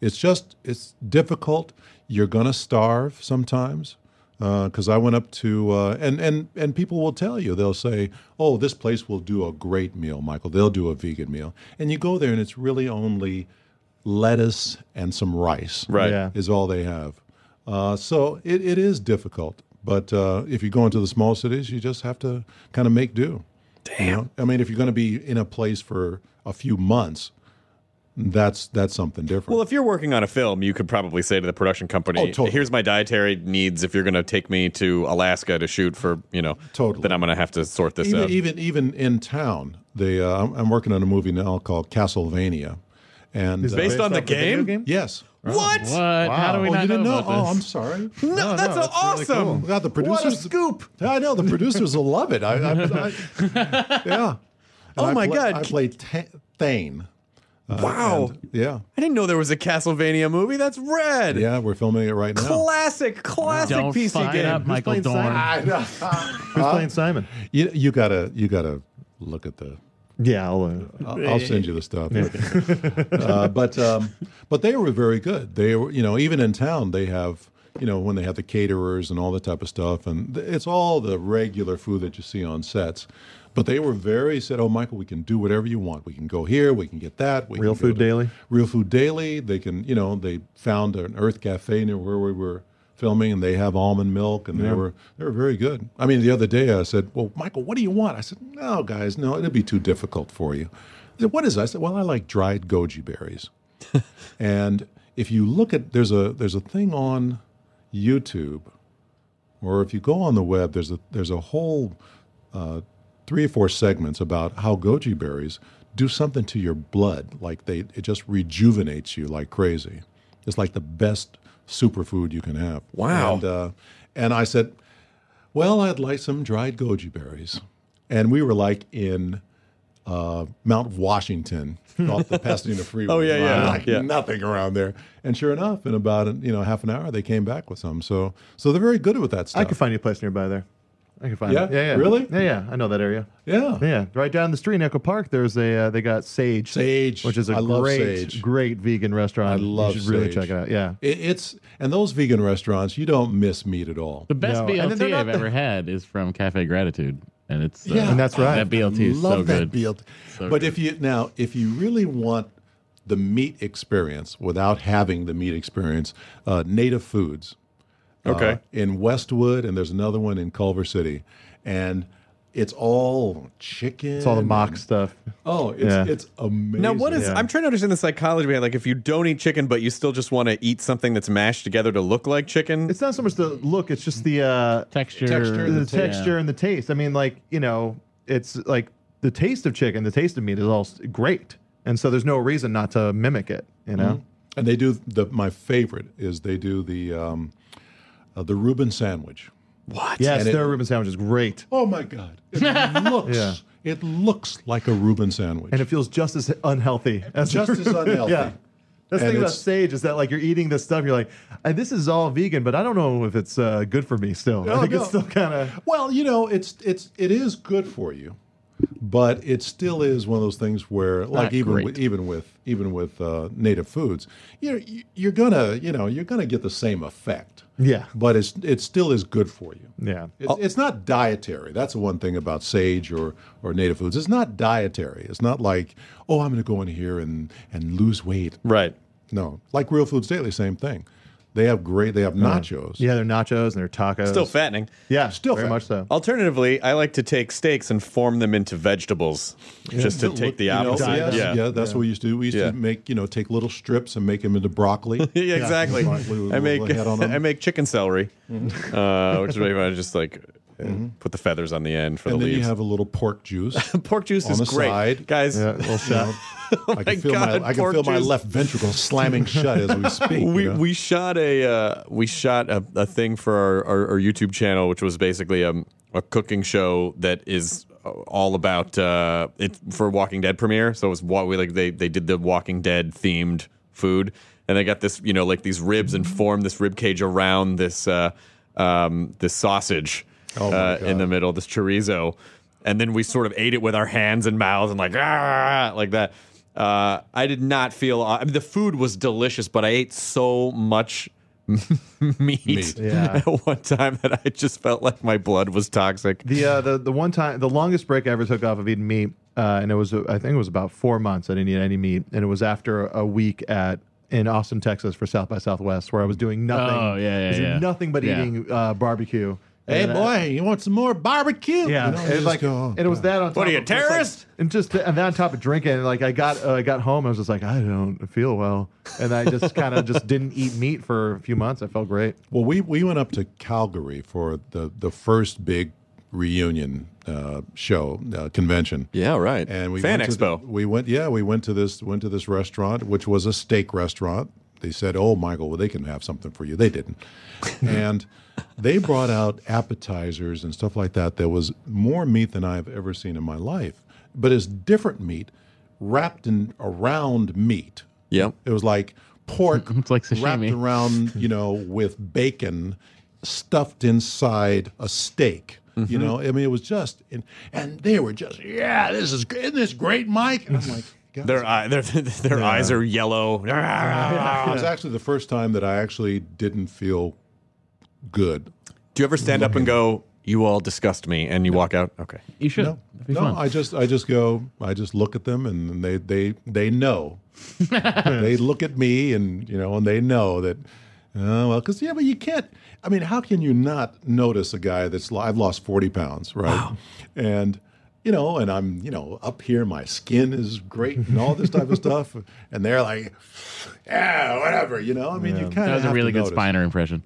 It's just it's difficult. You're going to starve sometimes. Because I went up to uh, and and and people will tell you they'll say, "Oh, this place will do a great meal, Michael. They'll do a vegan meal." And you go there and it's really only lettuce and some rice
right
Yeah.
is all they have. Uh, so it, it is difficult. But uh, if you go into the small cities, you just have to kind of make do. Damn. I mean, if you're going to be in a place for a few months, that's that's something different.
Well, if you're working on a film, you could probably say to the production company,
Oh, totally.
"Here's my dietary needs. If you're going to take me to Alaska to shoot for, you know,
Totally.
then I'm going to have to sort this
even,
out."
Even even in town, they uh, I'm, I'm working on a movie now called Castlevania, and
Is
uh,
that
Based on the
off a video
game?
yes.
what?
What? How do we
oh,
not
you didn't
know,
know?
about
Oh, I'm
this?
sorry.
No, that's
no, that's
awesome.
really cool.
God, the producers.
scoop.
I know the producers will love it. I, I, I yeah. And
Oh
I
my
play-
God.
I played Ta- Thane. Uh,
Wow.
Oh.
and- yeah,
I didn't know there was a Castlevania movie. That's rad.
yeah, we're filming it right now.
Classic, classic
Don't
PC
fire
game.
up Michael
playing
Dorn.
Simon? Who's playing Simon?
You, you gotta, you gotta look at the.
Yeah, I'll, uh,
I'll, I'll send you the stuff. uh, but um, but they were very good. They were, you know, even in town they have, you know, when they have the caterers and all that type of stuff, and th- it's all the regular food that you see on sets. But they were very said, oh, Michael, we can do whatever you want. We can go here, we can get that. We
Real
can go
Food
to-
Daily?
Real Food Daily. They can, you know, they found an Earth Cafe near where we were filming, and they have almond milk, and they were they were very good. I mean, the other day I said, "Well, Michael, what do you want?" I said, "No, guys, no, it'd be too difficult for you." He said, "What is?" That? I said, "Well, I like dried goji berries." and if you look at there's a there's a thing on YouTube, or if you go on the web, there's a there's a whole uh, three or four segments about how goji berries do something to your blood, like they it just rejuvenates you like crazy. It's like the best superfood you can have.
Wow.
And, uh, and I said, well, I'd like some dried goji berries, and we were like in. Uh, Mount Washington off the Pasadena Freeway.
Oh, yeah, yeah,
Like
yeah.
nothing around there. And sure enough, in about you know half an hour, they came back with some. So so they're very good with that stuff.
I could find you a place nearby there. I can find
Yeah?
it. Yeah, yeah.
Really?
Yeah, yeah. I know that area.
yeah.
Yeah, right down the street in Echo Park. There's a uh, they got Sage,
Sage.
which is a
I love
great,
Sage.
great vegan restaurant.
I love
You should really
Sage.
check it out. Yeah,
It, it's and those vegan restaurants, you don't miss meat at all.
The best
No, and then they're
BLT
not
I've
the-
ever had is from Cafe Gratitude, and it's uh,
Yeah. And
that's right.
That BLT is
Love
so
that
good.
BLT.
So
but
good.
if you now, if you really want the meat experience without having the meat experience, uh, Native Foods. uh,
Okay.
in Westwood, and there's another one in Culver City. And it's all chicken.
It's all the mock stuff.
Oh, it's it's amazing.
Now, what is? I'm trying to understand the psychology behind. Like, if you don't eat chicken, but you still just want to eat something that's mashed together to look like chicken.
It's not so much the look; it's just the uh,
texture,
the, texture, and the taste. I mean, like you know, it's like the taste of chicken, the taste of meat is all s- great, and so there's no reason not to mimic it. You know,
Mhm. And they do the my favorite is they do the um, uh, the Reuben sandwich.
What?
yes,
And it-
their Reuben sandwich is great,
Oh my god! It looks
Yeah.
it looks like a Reuben sandwich.
and it feels just as unhealthy. As
Just as unhealthy.
yeah. That's the
And
thing about
it's-
sage is that like you're eating this stuff, you're like, "Uh, this is all vegan, but I don't know if it's uh, good for me still. I
Oh,
think
no.
it's still kind of
Well, you know, it's it's it is good for you, but it still is one of those things where, like even
great.
with, even with even with uh, native foods, you know, you- you're gonna you know you're gonna get the same effect.
yeah,
But it's it still is good for you.
yeah.
It's, it's not dietary. That's the one thing about sage or, or native foods. It's not dietary. It's not like, oh, I'm going to go in here and, and lose weight.
Right.
No, like Real Foods Daily, same thing. They have great. They have nachos.
Yeah, they're nachos and they're tacos.
Still fattening.
Yeah,
Still
very
fat. Oh.
much so.
Alternatively, I like to take steaks and form them into vegetables, just to
Look,
take the
you know,
opposite.
yes,
yeah.
yeah. that's what we used to do. We used
Yeah.
to make you know take little strips and make them into broccoli.
Yeah, exactly.
Like, we would
I make
lay that on Mm-hmm. 'em.
I make chicken celery, uh, which is really fun. I just like uh, put the feathers on the end for
Mm-hmm. and
the
then you
leaves.
have a little pork juice.
pork juice
on
is
the
great,
side.
guys.
Yeah, well,
You know, I
Oh my
can feel
God,
my I can
pork
feel my
juice.
left ventricle slamming shut as we speak. you
we,
know?
we shot a uh, we shot a, a thing for our, our, our YouTube channel, which was basically um, a cooking show that is all about uh, it for Walking Dead premiere. So it was what we like they they did the Walking Dead themed food, and they got this you know like these ribs and formed this rib cage around this uh, um, this sausage
Oh my
uh, in
God.
the middle, this chorizo, and then we sort of ate it with our hands and mouths and like ah, like that. Uh, I did not feel. uh, I mean, the food was delicious, but I ate so much meat,
Yeah.
at one time that I just felt like my blood was toxic.
The uh, the the one time the longest break I ever took off of eating meat, uh, and it was uh, I think it was about four months. I didn't eat any meat, and it was after a week at in Austin, Texas, for South by Southwest, where I was doing nothing.
Oh, yeah, yeah,
I was doing
yeah.
nothing but
Yeah.
eating uh, barbecue.
Hey
And, uh,
boy, you want some more barbecue?
Yeah,
You know,
it
just
was like,
go, oh,
and it was that on top.
What are you,
of, just, like-
terrorist?
and just and then on top of drinking, and, like I got uh, I got home, I was just like, I don't feel well, and I just kind of just didn't eat meat for a few months. I felt great.
Well, we, we went up to Calgary for the, the first big reunion uh, show uh, convention.
Yeah, right.
And we
Fan
went to the-
Expo.
we went, yeah, we went to this went to this restaurant, which was a steak restaurant. They said, "Oh, Michael, well, they can have something for you." They didn't, and they brought out appetizers and stuff like that. There was more meat than I've ever seen in my life, but it's different meat wrapped in around meat.
Yep.
It was like pork
It's like
wrapped
sashimi.
around, you know, with bacon stuffed inside a steak.
Mm-hmm.
You know, I mean, it was just, and, and they were just, yeah, this is, gr- isn't this great, Mike? And I'm like, God,
Their eye, their their eyes are yellow.
it was actually the first time that I actually didn't feel good.
Do you ever stand up and go, "You all disgust me," and you walk out? Okay.
You should.
No,
That'd be
no,
fun.
I just, I just go, I just look at them, and they, they, they know. they look at me, and you know, and they know that. Oh well, because yeah, but you can't. I mean, how can you not notice a guy that's lo- I've lost forty pounds, right? And you know, and I'm you know up here, my skin is great, and all this type of stuff, and they're like, yeah, whatever, you know. I mean, you kind
that
of
was a really good Spiner impression.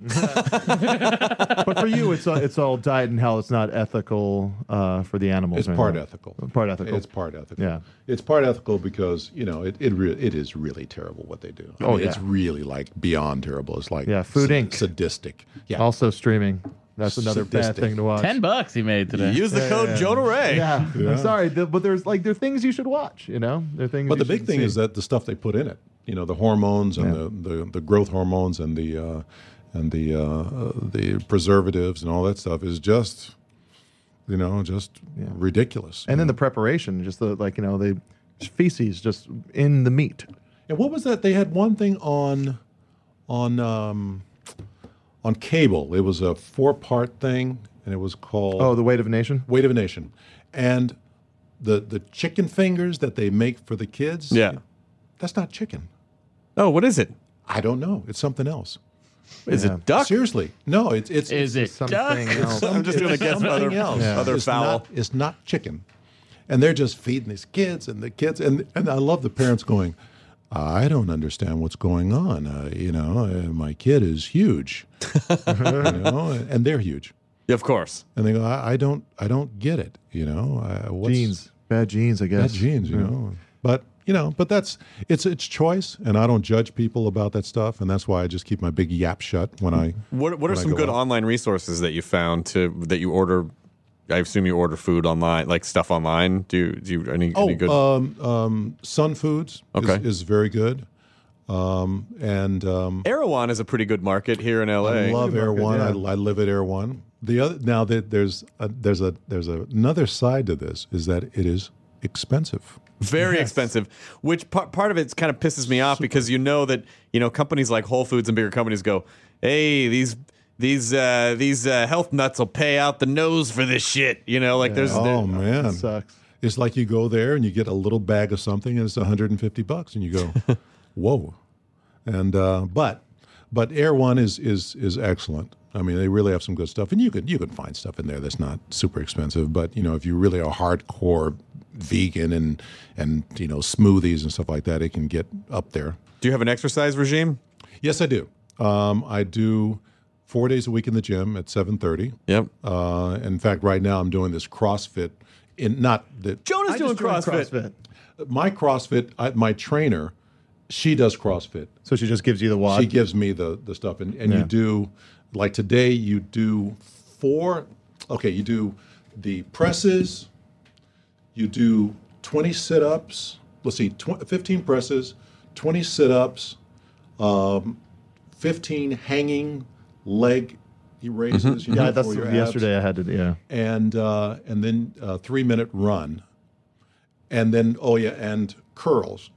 But for you, it's all, it's all diet and hell. It's not ethical uh, for the animals.
It's
or
part
anything.
ethical.
Part ethical.
It's part ethical.
Yeah.
It's part ethical because you know it it, re- it is really terrible what they do. I
Oh,
mean, it's
yeah.
really like beyond terrible. It's like
Yeah, Food Inc.
sadistic. Yeah,
Also streaming. That's another bad
Sadistic.
thing to watch.
Ten bucks he made today.
Use the code Jonah Ray.
Yeah.
Yeah.
I'm sorry, th- but there's like there are things you should watch. You know, there are things.
but
you
the big
shouldn't
thing
see.
is that the stuff they put in it, you know, the hormones and the, the the growth hormones and the uh, and the uh, uh, the preservatives and all that stuff is just you know just ridiculous.
and then the preparation, just the like you know the feces just in the meat.
And what was that? They had one thing on, on, um, on cable. It was a four-part thing, and it was called
Oh, the weight of a nation.
Weight of a Nation. And the the chicken fingers that they make for the kids.
Yeah.
that's not chicken.
Oh, what is it?
I don't know. It's something else.
Is it duck?
Seriously, no. It's it's
Is it
something
duck?
else.
I'm just gonna
It's
guess
something
other-
else.
other
it's
fowl.
Not, it's not chicken, and they're just feeding these kids and the kids and and I love the parents going. I don't understand what's going on. Uh, you know, uh, my kid is huge, you know, and they're huge.
Of course.
And they go, I, I don't, I don't get it. You know, I, what's,
Jeans, bad jeans, I guess.
bad genes, you know. But you know, but that's it's it's choice, and I don't judge people about that stuff, and that's why I just keep my big yap shut when I.
What What are
when I
some
go
good
out.
online resources that you found to that you order? I assume you order food online, like stuff online. Do you, do you any, any good?
Oh, um, um, Sun Foods
Okay.
is, is very good, um, and um,
Erewhon is a pretty good market here in LA.
I love Air One.
yeah.
I, I live at Air One. The other now that there's a, there's a there's a, another side to this is that it is expensive.
very expensive which par- part of it kind of pisses me off because you know that you know companies like whole foods and bigger companies go hey these these uh these uh health nuts will pay out the nose for this shit you know like there's
Oh
there-
man,
That sucks.
It's like you go there and you get a little bag of something and it's 150 bucks and you go, whoa. And uh, but but Air One is is is excellent. I mean, they really have some good stuff, and you can you can find stuff in there that's not super expensive. But you know, if you really are hardcore vegan and and you know smoothies and stuff like that, it can get up there.
do you have an exercise regime
Yes, I do. Um, I do four days a week in the gym at 7:30.
yep
Uh, in fact, right now I'm doing this CrossFit. In not that
jonah's
I
doing
just joined
CrossFit.
my CrossFit, I, my trainer, she does CrossFit.
So she just gives you the wad.
She gives me the the stuff, and and you
Yeah.
do like today you do four. Okay, you do the presses. You do twenty sit ups. Let's see, tw- fifteen presses, twenty sit ups, um, fifteen hanging leg raises. You know,
yeah, Mm-hmm, that's
for your abs
yesterday I had to. Yeah,
and uh, and then uh, three minute run, and then oh yeah, and curls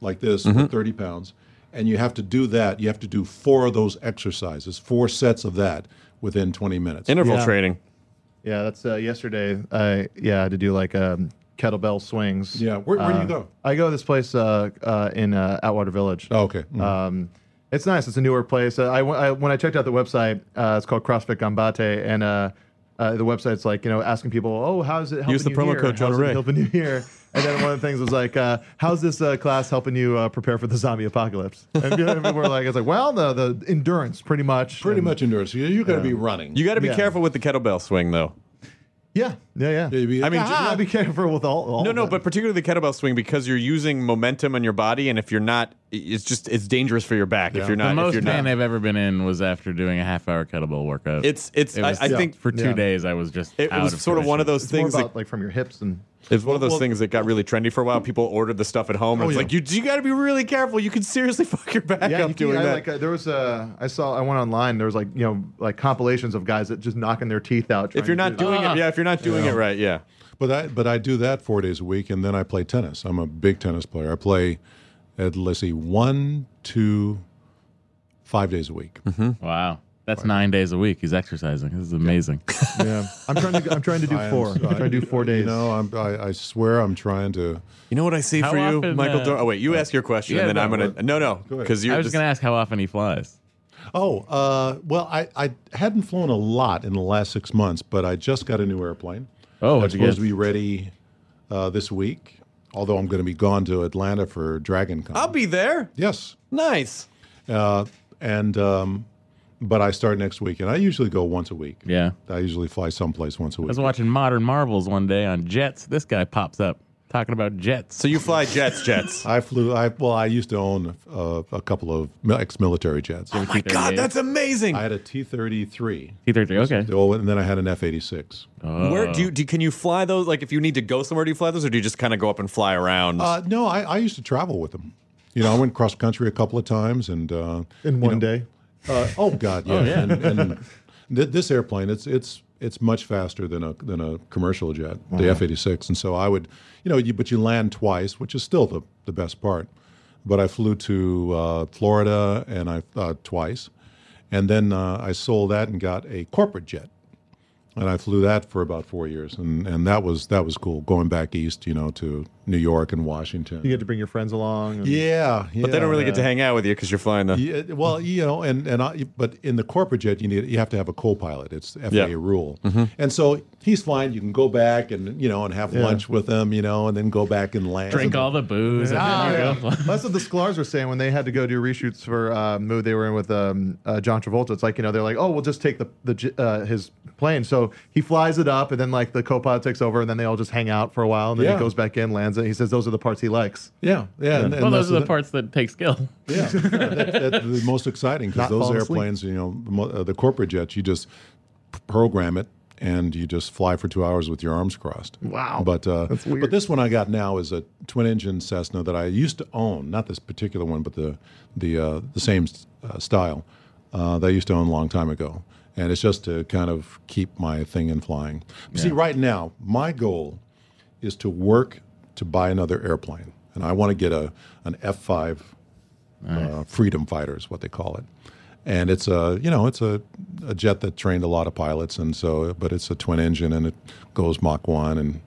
like this with thirty pounds, and you have to do that. You have to do four of those exercises, four sets of that within twenty minutes.
interval
Yeah.
training
yeah, that's uh, yesterday. I yeah I had to do like um, kettlebell swings.
yeah, where, where do
Uh,
you go?
I go to this place uh, uh, in uh, Atwater Village.
Oh, okay, Mm.
Um, it's nice. It's a newer place. Uh, I, w- I- when I checked out the website, uh, it's called CrossFit Gambate, and uh, uh, the website's like you know asking people, oh, how's it helping
Use the
you
promo
here?
code John
how's it
Ray."
helping you here? And then one of the things was like, uh, how's this uh, class helping you uh, prepare for the zombie apocalypse? And we're like, it's like, well, the the endurance, pretty much.
pretty
And-
much endurance. You- You're going to be running.
you got to be
Yeah.
careful with the kettlebell swing though
Yeah, yeah, yeah.
You'll be-
I mean,
You just gotta be careful with all. all
no
of
no
it.
but particularly the kettlebell swing because you're using momentum on your body and if you're not it's just it's dangerous for your back if
Yeah.
you're not
the
if
most
you're not
pain I've ever been in was after doing a half hour kettlebell workout.
it's it's
It
I,
was-
I think
for two
Yeah.
days I was just
it
out
was
of
sort of one of
commission.
those
it's more
things that
about, like from your hips and
It's one of those
Well-
things that got really trendy for a while. People ordered the stuff at home, and
Oh,
it's
yeah.
like you, you got to be really careful. You can seriously fuck your back
yeah,
up
you can-
doing
I,
that.
Like, uh, there was uh, I saw I went online. There was like you know like compilations of guys that just knocking their teeth out.
if
trying
you're not
to do
doing
that.
it, yeah, if you're not doing it right, yeah.
But I but I do that four days a week, and then I play tennis. I'm a big tennis player. I play at let's see, one, two, five days a week.
Wow. That's nine days a week. He's exercising. This is amazing.
yeah. I'm trying to I'm trying to do
I am-
four. I'm
I-
trying to do four days.
You know, I'm, I, I swear I'm trying to.
You know what I see
How
for you,
often,
Michael?
uh,
Dor- oh wait, you ask your question,
Yeah,
and then
no,
I'm gonna
what-
no no
Go ahead.
because you're
I was
just
going to ask how often he flies.
Oh, uh, well, I, I hadn't flown a lot in the last six months, but I just got a new airplane.
Oh,
I'm
what'd you
supposed
get?
to be ready uh, this week, although I'm going to be gone to Atlanta for Dragon Con.
I'll be there.
yes,
Nice.
uh, and um, but I start next week, and I usually go once a week.
Yeah.
I usually fly someplace once a
I
week.
was watching Modern Marvels one day on jets. This guy pops up talking about jets.
So you fly jets, jets.
I flew. I well, I used to own uh, a couple of ex-military jets.
oh my god, that's amazing.
I had a T-33,
T33. Okay.
the old- and then I had an F-86.
Where
Uh.
do you do? Can you fly those? Like if you need to go somewhere, do you fly those, or do you just kind of go up and fly around?
Uh, no, I, I used to travel with them. You know, I went cross country a couple of times, and uh,
in one day.
uh, oh god, yeah. And, and th- this airplane, it's it's it's much faster than a than a commercial jet, the F eighty six. And so I would, you know, you, but you land twice, which is still the the best part. But I flew to uh, Florida and I uh, twice, and then uh, I sold that and got a corporate jet. and I flew that for about four years, and and that was that was cool. Going back east, you know, to New York and Washington.
You get to bring your friends along. and-
yeah,
But they don't really
yeah.
get to hang out with you because you're flying the.
Yeah, well, you know, and and I, but in the corporate jet, you need you have to have a co-pilot. It's FAA
Yeah.
rule, and so he's fine. You can go back and you know and have
Yeah.
lunch with him, you know, and then go back and land.
Drink all the booze.
Ah,
And then you
yeah.
go.
That's what the Sklars were saying when they had to go do reshoots for uh, movie they were in with um, uh, John Travolta. It's like you know they're like, oh, we'll just take the the j- uh, his plane. So he flies it up, and then like the co-pilot takes over, and then they all just hang out for a while, and then
Yeah.
he goes back in, lands it. He says those are the parts he likes.
Yeah, yeah. and- and
Well,
that's
those are
the-
the parts that take skill.
Yeah, that, that's the most exciting
Not
because those
falling asleep.
airplanes, you know, the, mo- uh, the corporate jets, you just p- program it and you just fly for two hours with your arms crossed.
Wow.
But uh,
That's weird.
but this one I got now is a twin-engine Cessna that I used to own, not this particular one, but the the uh, the same s- uh, style uh, that I used to own a long time ago, and it's just to kind of keep my thing in flying. See, right now, my goal is to work to buy another airplane, and I want to get a an F five uh, freedom fighter is what they call it. And it's a you know it's a, a jet that trained a lot of pilots, and so but it's a twin engine and it goes Mach one and.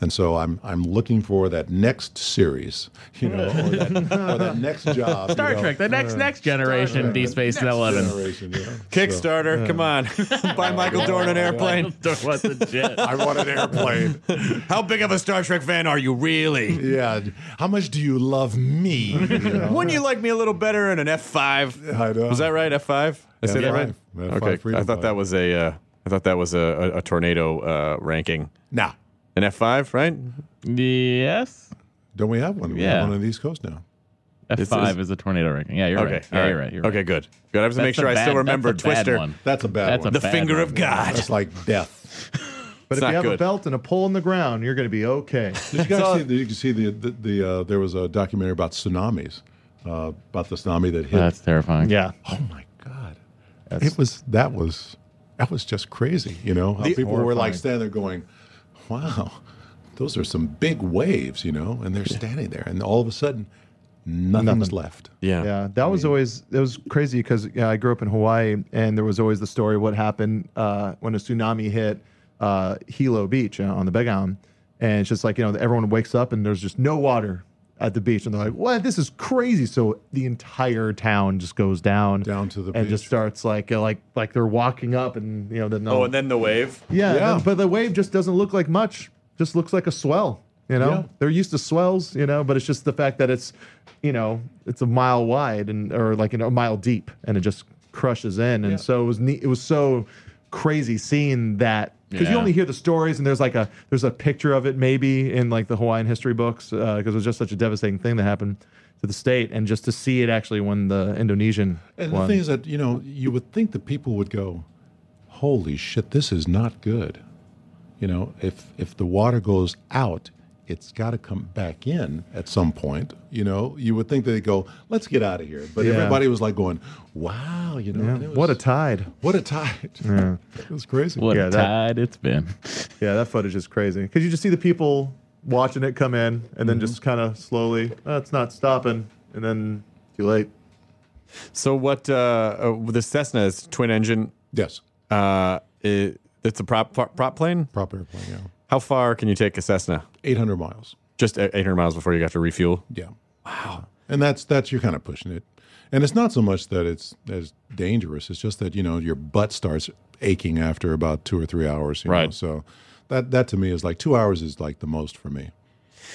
And so I'm I'm looking for that next series, you know, or that, or that next job. you
Star
know,
Trek, the next next generation, D Space Eleven.
generation, yeah.
Kickstarter, come on. Buy Michael Dorn an airplane.
What's the jet?
I want an airplane.
How big of a Star Trek fan are you really?
yeah. How much do you love me? You know? uh,
Wouldn't you like me a little better in an F5?
I know.
Was that right? F5? I say that
F5.
right?
F5
Okay.
Freedom
I thought
Fighter.
that was a. Uh, I thought that was a, a, a tornado uh, ranking.
Nah.
An F5, right?
yes.
Don't we have one? We
Yeah.
have one on the East Coast now.
F five is a tornado ranking. Yeah, you're
Okay.
right.
all
Yeah, you're right. You're right.
okay, good. Good. I have to make
That's
sure
a
I still
bad-
remember
that's a bad
Twister.
one.
That's a bad
That's a
one.
The
bad
finger
one.
of God.
That's like death.
But
It's
if
not
you have
good.
a belt and a pole in the ground, you're going to be okay.
Did you guys see? The, you can see the the, the uh, there was a documentary about tsunamis, uh, about the tsunami that hit.
That's terrifying.
yeah.
oh my god! it was that was that was just crazy. You know, how
The-
people were like standing there going, "Wow, those are some big waves," you know, and they're standing there, and all of a sudden, nothing's left.
Yeah.
Yeah, that was always that was crazy because yeah, I grew up in Hawaii, and there was always the story of what happened uh, when a tsunami hit uh, Hilo Beach uh, on the Big Island, and it's just like you know everyone wakes up and there's just no water at the beach, and they're like, "What? This is crazy!" So the entire town just goes down,
Down to the
and just
beach.
starts like uh, like like they're walking up, and you know then
Oh, and then the wave.
yeah,
Yeah.
then- but the wave just doesn't look like much. Just looks like a swell. You know,
Yeah.
they're used to swells. You know, but it's just the fact that it's, you know, it's a mile wide and or like you know, a mile deep, and it just crushes in. And
Yeah.
so it was neat. It was so crazy seeing that because you
Yeah.
only hear the stories and there's like a there's a picture of it maybe in like the Hawaiian history books because it was just such a devastating thing that happened to the state and just to see it actually when the Indonesian
And
one.
the thing is that you know you would think that people would go, "Holy shit, this is not good." You know, if if the water goes out, it's got to come back in at some point. You know, you would think they go, "Let's get out of here," but
Yeah.
everybody was like going, "Wow," you know,
Yeah,
and it
what a
was-
tide.
what a tide! it was crazy.
What
Yeah,
a
that-
tide it's been.
Yeah, that footage is crazy because you just see the people watching it come in and then just kind of slowly, oh, it's not stopping, and then too late.
So what? Uh, uh, the Cessna is twin engine.
Yes,
Uh, it, it's a prop, prop prop plane.
prop airplane. Yeah,
How far can you take a Cessna?
eight hundred miles.
Just e- 800 miles before you got to refuel.
Yeah. Wow. And that's that's you're kind of pushing it. And it's not so much that it's as dangerous. It's just that you know your butt starts aching after about two or three hours. You Know?
Right.
So that that to me is like two hours is like the most for me,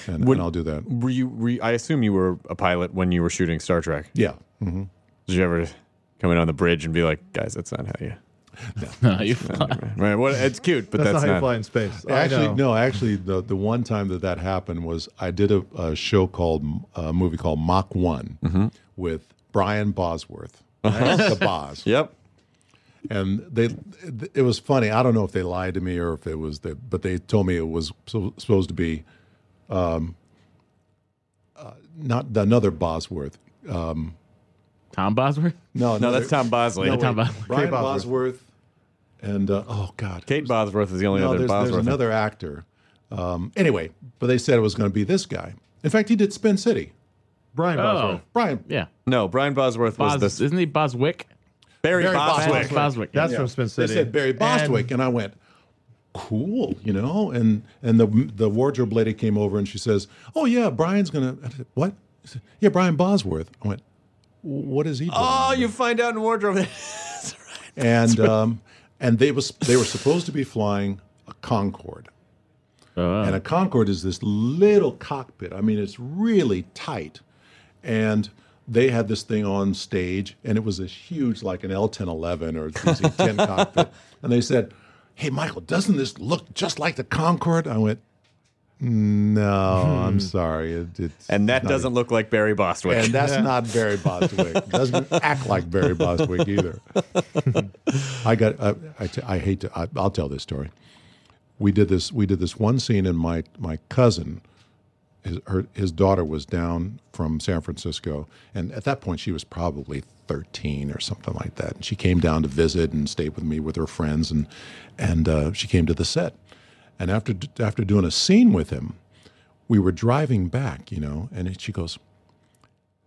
and,
Would-
and I'll do that.
Were you? Were you- I assume you were a pilot when you were shooting Star Trek.
Yeah. hmm
Did you ever come in on the bridge and be like, guys, that's not how you?
No, you fly.
Right. What? It's cute, but
That's,
that's,
not how you fly in space. I
Actually,
know.
no. Actually, the the one time that that happened was I did a, a show called a movie called Mach One with Brian Bosworth, the Boz.
Yep.
and they it was funny i don't know if they lied to me or if it was the but they told me it was so, supposed to be um uh, not another bosworth
Tom Bosworth?
no
No, that's Tom Bosley.
no,
Tom
wait.
Bosworth.
brian
Kate Bosworth.
bosworth and uh, oh god
Kate Bosworth is the only
no,
other
there's,
Bosworth.
there's another actor um anyway but they said it was going to be this guy in fact he did spin city
Brian Bosworth.
brian
Yeah.
No, Brian Bosworth
Bos,
was this
isn't he Boswick?
Barry,
Barry
Boswick.
Boswick.
Boswick.
That's
Yeah.
from Spin City.
they said barry
And
bostwick and, i went cool, you know? And and the the wardrobe lady came over and she says, "Oh yeah, Brian's gonna I said, what? She said, yeah, Brian Bosworth." I went, "What is he doing?"
Oh, you find out in wardrobe.
and um, and they was they were supposed to be flying a Concorde.
Oh,
And a Concorde is this little cockpit. I mean, it's really tight. And they had this thing on stage, and it was this huge, like an L1011 or DC10 cockpit. And they said, Hey, Michael, doesn't this look just like the Concorde? I went, No, I'm sorry. It, it's
Hmm. and that
not-
doesn't look like Barry Bostwick.
And that's not Barry Bostwick. Doesn't act like Barry Bostwick either. I got. I, I, t- I hate to. I, I'll tell this story. We did this. We did this one scene, and my my cousin, his her, his daughter was down from San Francisco, and at that point she was probably thirteen or something like that. And she came down to visit and stayed with me with her friends, and and uh, she came to the set. And after d- after doing a scene with him, we were driving back, you know, and she goes,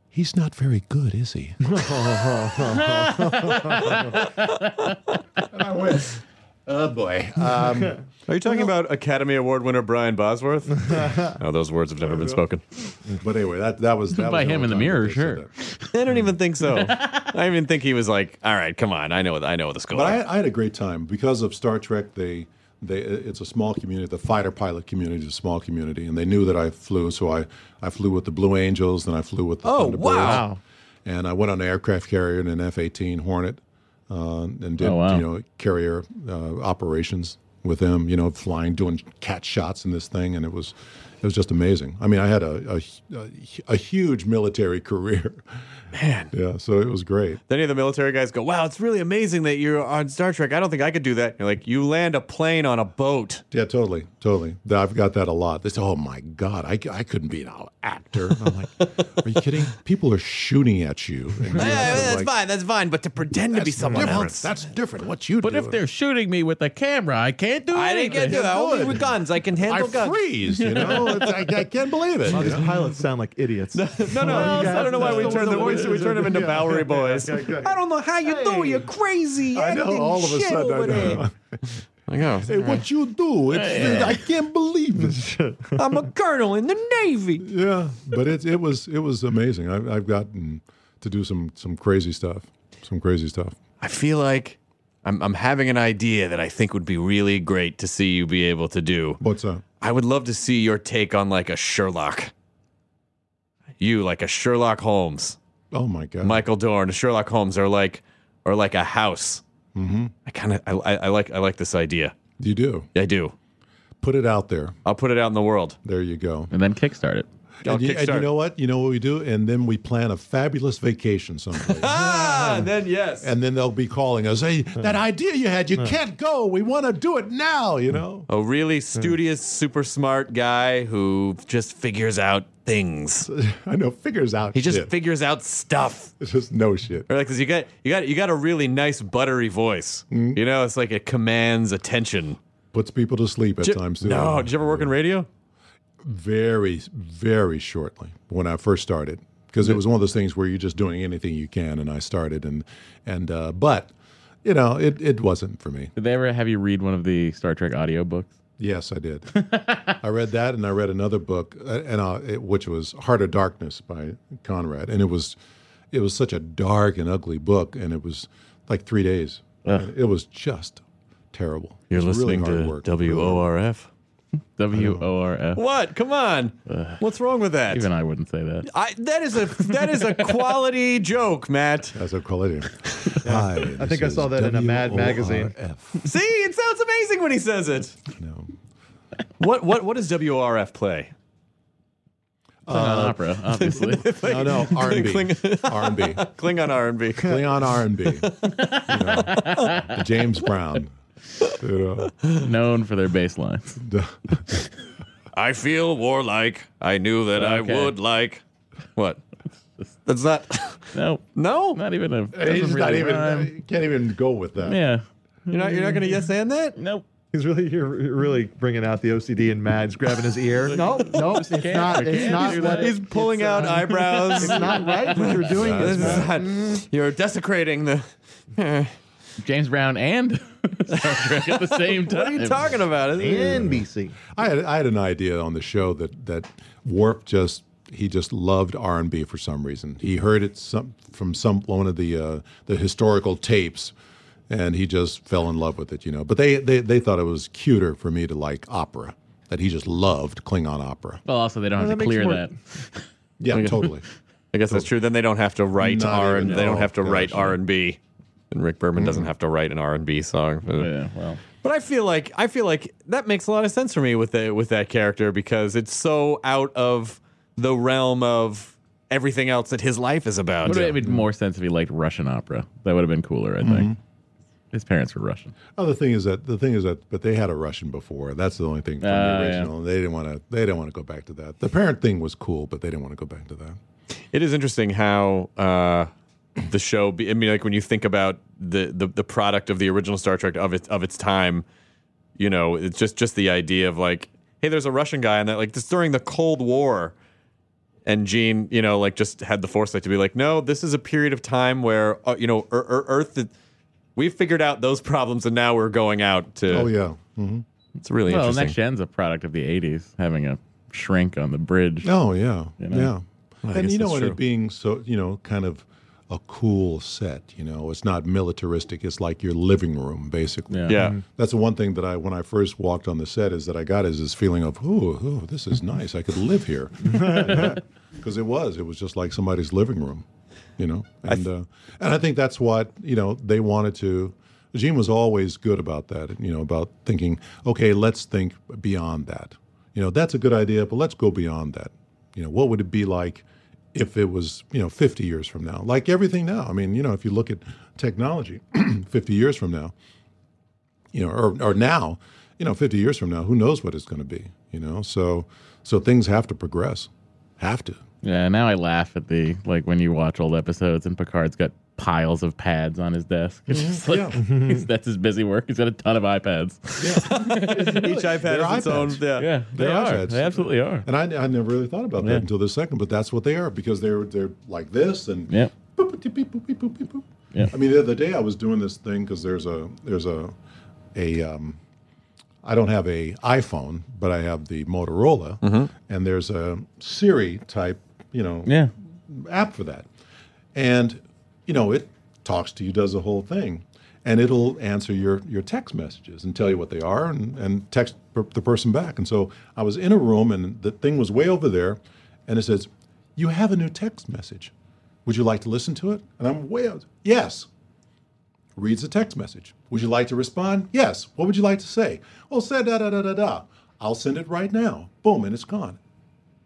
He's not very good, is he? I went, oh boy.
Uh,
Um,
Are you talking about Academy Award winner Brian Bosworth? no, those words have never been spoken.
but anyway, that that was that
By
was
him in the
only time that
mirror,
they said
sure.
that.
I don't even think so. I don't even think he was like, all right, come on, I know, I know the score.
But I, I had a great time because of Star Trek. They they it's a small community. The fighter pilot community is a small community, and they knew that I flew. So I I flew with the Blue Angels, then I flew with the
Oh,
Thunderbirds,
wow.
and I went on an aircraft carrier in an F eighteen Hornet, uh, and did
Oh, wow.
you know carrier uh, operations with them. You know, flying, doing cat shots in this thing, and it was. It was just amazing. I mean, I had a a, a, a huge military career, man. Yeah, so it was great.
Then any of the military guys go, wow, it's really amazing that you're on Star Trek. I don't think I could do that. You're like, you land a plane on a boat.
Yeah, totally, totally. Th- I've got that a lot. They say, "Oh my God, I, c- I couldn't be an actor." And I'm like, "Are you kidding? People are shooting at you."
Yeah,
And you're
that's
like,
fine, that's fine. But to pretend to be someone
different.
else.
That's different. What you
But
do?
if they're shooting me with a camera, I can't do
I
anything.
didn't get to do that. Only with guns. I can
I
handle guns.
freeze. You know, it's, I, I can't believe it.
All
you
these
know?
pilots sound like idiots. no,
No, no, I don't know why we
that's
turned the
the way
voice.
it
We
is.
turned them into
Yeah.
Bowery Boys.
Yeah, yeah, yeah.
I don't know how you do. You're crazy.
I know.
acting
All of a
shit
sudden, I
over there.
know.
Like, oh,
Hey, what you do? It's, I can't believe this.
I'm a colonel in the Navy.
Yeah, but it it was it was amazing. I've, I've gotten to do some some crazy stuff, some crazy stuff.
I feel like I'm, I'm having an idea that I think would be really great to see you be able to do.
What's up?
I would love to see your take on like a Sherlock. You like a Sherlock Holmes,
Oh my God,
Michael Dorn, Sherlock Holmes, or like, or like a house. Mm-hmm. I kind of I, I, I like I like this idea.
you do
I do.
put it out there.
I'll put it out in the world.
There you go.
And then kickstart it.
I'll
And you, and you
kickstart.
know what? You know what we do? And then we plan a fabulous vacation someplace.
Ah, then yes.
and then they'll be calling us, hey, that idea you had, you can't go. We want to do it now, you know?
A really studious, super smart guy who just figures out things.
I know, figures out
He just
shit.
figures out stuff.
it's just no shit.
Or like, cause you got you got you got a really nice buttery voice. You know, it's like it commands attention.
Puts people to sleep at
Ju-
times, too.
no, did you ever work in radio?
Very, very shortly when I first started. Because it was one of those things where you're just doing anything you can, and I started, and and uh, but, you know, it, it wasn't for me.
Did they ever have you read one of the Star Trek audiobooks?
Yes, I did. I read that, and I read another book, uh, and uh, it, which was Heart of Darkness by Conrad, and it was it was such a dark and ugly book, and it was like three days. And It was just terrible.
You're
It was really
listening
hard
to
work, really
W O
hard.
R F.
W O R F.
What? Come on. What's wrong with that?
Even I wouldn't say that.
I, that is a that is a quality joke, Matt.
As a quality.
I
Hi, this
think I saw
is
that in a Mad magazine.
WORF.
See, it sounds amazing when he says it.
No.
What what what does W O R F play?
It's not an opera, obviously.
Uh, no, no, R and B,
Kling-
R and B,
Klingon R and B.
Leon R and B, You know, James Brown. You
Known for their bass lines.
know.
I feel warlike. I knew that I
Okay.
would like. What? That's not.
No,
No,
not even a. doesn't
He's not
really
even uh,
rhyme.
can't even go with that.
Yeah.
you're not. You're not going to yes and that.
Nope.
He's really you're really bringing out the OCD in Mads, grabbing his ear. no, no, it's
can't-
not.
I
It's
can't
not
do
what.
that.
It's
He's pulling out eyebrows.
not right what you're doing.
Uh, This
Is
is not- You're desecrating the.
James Brown and Star Trek at the same time.
What are you talking about?
NBC.
I had I had an idea on the show that that Warp just he just loved R and B for some reason. He heard it some from some one of the uh, the historical tapes, and he just fell in love with it. You know, but they, they they thought it was cuter for me to like opera. That he just loved Klingon opera.
Well, also they don't
Well,
have
that
to
makes
clear
more-
that.
Yeah,
Okay.
totally.
I guess that's true. Then they don't have to write
Not
R and
even-
they don't
oh, Hmm.
have to write
gosh.
R and B. And Rick Berman doesn't have to write an R and B song.
Yeah, well,
But I feel like I feel like that makes a lot of sense for me with the, with that character because it's so out of the realm of everything else that his life is about.
would have made more sense if he liked Russian opera. That would have been cooler, I think. His parents were Russian.
Oh, the thing is that the thing is that, but they had a Russian before. That's the only thing from
Ah,
the
yeah.
original. They didn't want to. They didn't want to go back to that. The parent thing was cool, but they didn't want to go back to that.
It is interesting how uh, the show. Be, I mean, like when you think about the, the the product of the original Star Trek of its of its time, you know, it's just just the idea of like, hey, there's a Russian guy, and that like this during the Cold War, and Gene, you know, like just had the foresight to be like, no, this is a period of time where uh, you know, er, er, Earth, is- we figured out those problems, and now we're going out to.
Oh yeah. hmm
it's really
well,
interesting.
Next Gen's a product of the 80s, having a shrink on the bridge.
Oh yeah.
You know?
Yeah.
Well, I
and
guess
you know,
that's
and
true.
it being so, you know, kind of a cool set. You know, it's not militaristic. It's like your living room, basically.
Yeah.
yeah.
That's the one thing that I, when I first walked on the set, is that I got is this feeling of, ooh, ooh this is nice. I could live here. Because it was, it was just like somebody's living room, you know. And uh, and I think that's what you know they wanted to. Gene was always good about that, you know, about thinking, okay, let's think beyond that. You know, that's a good idea, but let's go beyond that. You know, what would it be like if it was, you know, 50 years from now? Like everything now. I mean, you know, if you look at technology 50 years from now, you know, or, or now, you know, 50 years from now, who knows what it's going to be, you know? So, so things have to progress, have to.
Yeah, now I laugh at the like when you watch old episodes and Picard's got piles of pads on his desk. It's just like he's- that's his busy work. He's got a ton of iPads.
Each iPad
They're
has its own.
iPads.
Yeah.
Yeah, they
They're
are.
iPads.
They absolutely are.
And I, I never really thought about
Yeah.
that until this second, but that's what they are because they're, they're like this and
Yeah.
boop, boop, beep, boop, beep, boop, beep, boop.
Yeah.
I mean, the other day I was doing this thing because there's a, there's a, a, um, I don't have a iPhone, but I have the Motorola
Mm-hmm.
and there's a Siri type, you know,
Yeah.
app for that. And you know, it talks to you, does the whole thing, and it'll answer your your text messages and tell you what they are and and text per, the person back. And so I was in a room and the thing was way over there, and it says, "You have a new text message. Would you like to listen to it?" And I'm way out. Yes. Reads the text message. Would you like to respond? Yes. What would you like to say? Oh, say da da da da da. I'll send it right now. Boom, and it's gone.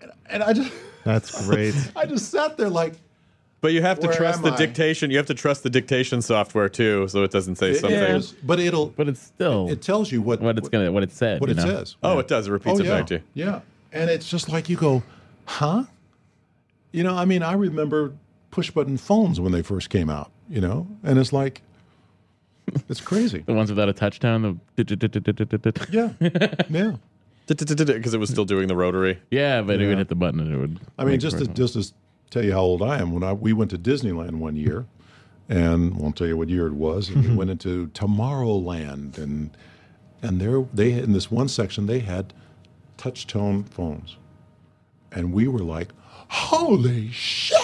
And, and I just.
That's great.
I just sat there like,
But you have to
Where
trust
am
the
I?
dictation. You have to trust the dictation software too, so it doesn't say
it
something.
is, but it'll,
But it's still
it tells you what
what it's gonna what it said.
what
you
it
know?
says.
Oh, it does. It repeats
Oh,
it
yeah,
back to you.
yeah. And it's just like you go, huh? You know, I mean, I remember push button phones when they first came out. You know, and it's like, it's crazy.
The ones without a touchdown, the dit- dit- dit- dit- dit- dit- dit.
yeah, yeah.
Because it was still doing the rotary.
yeah, but it would hit the button and it would.
I mean,
make
just
for-
to, just to tell you how old I am, when I we went to Disneyland one year, and won't tell you what year it was, and we went into Tomorrowland, and and there they in this one section they had touch tone phones, and we were like, holy shit!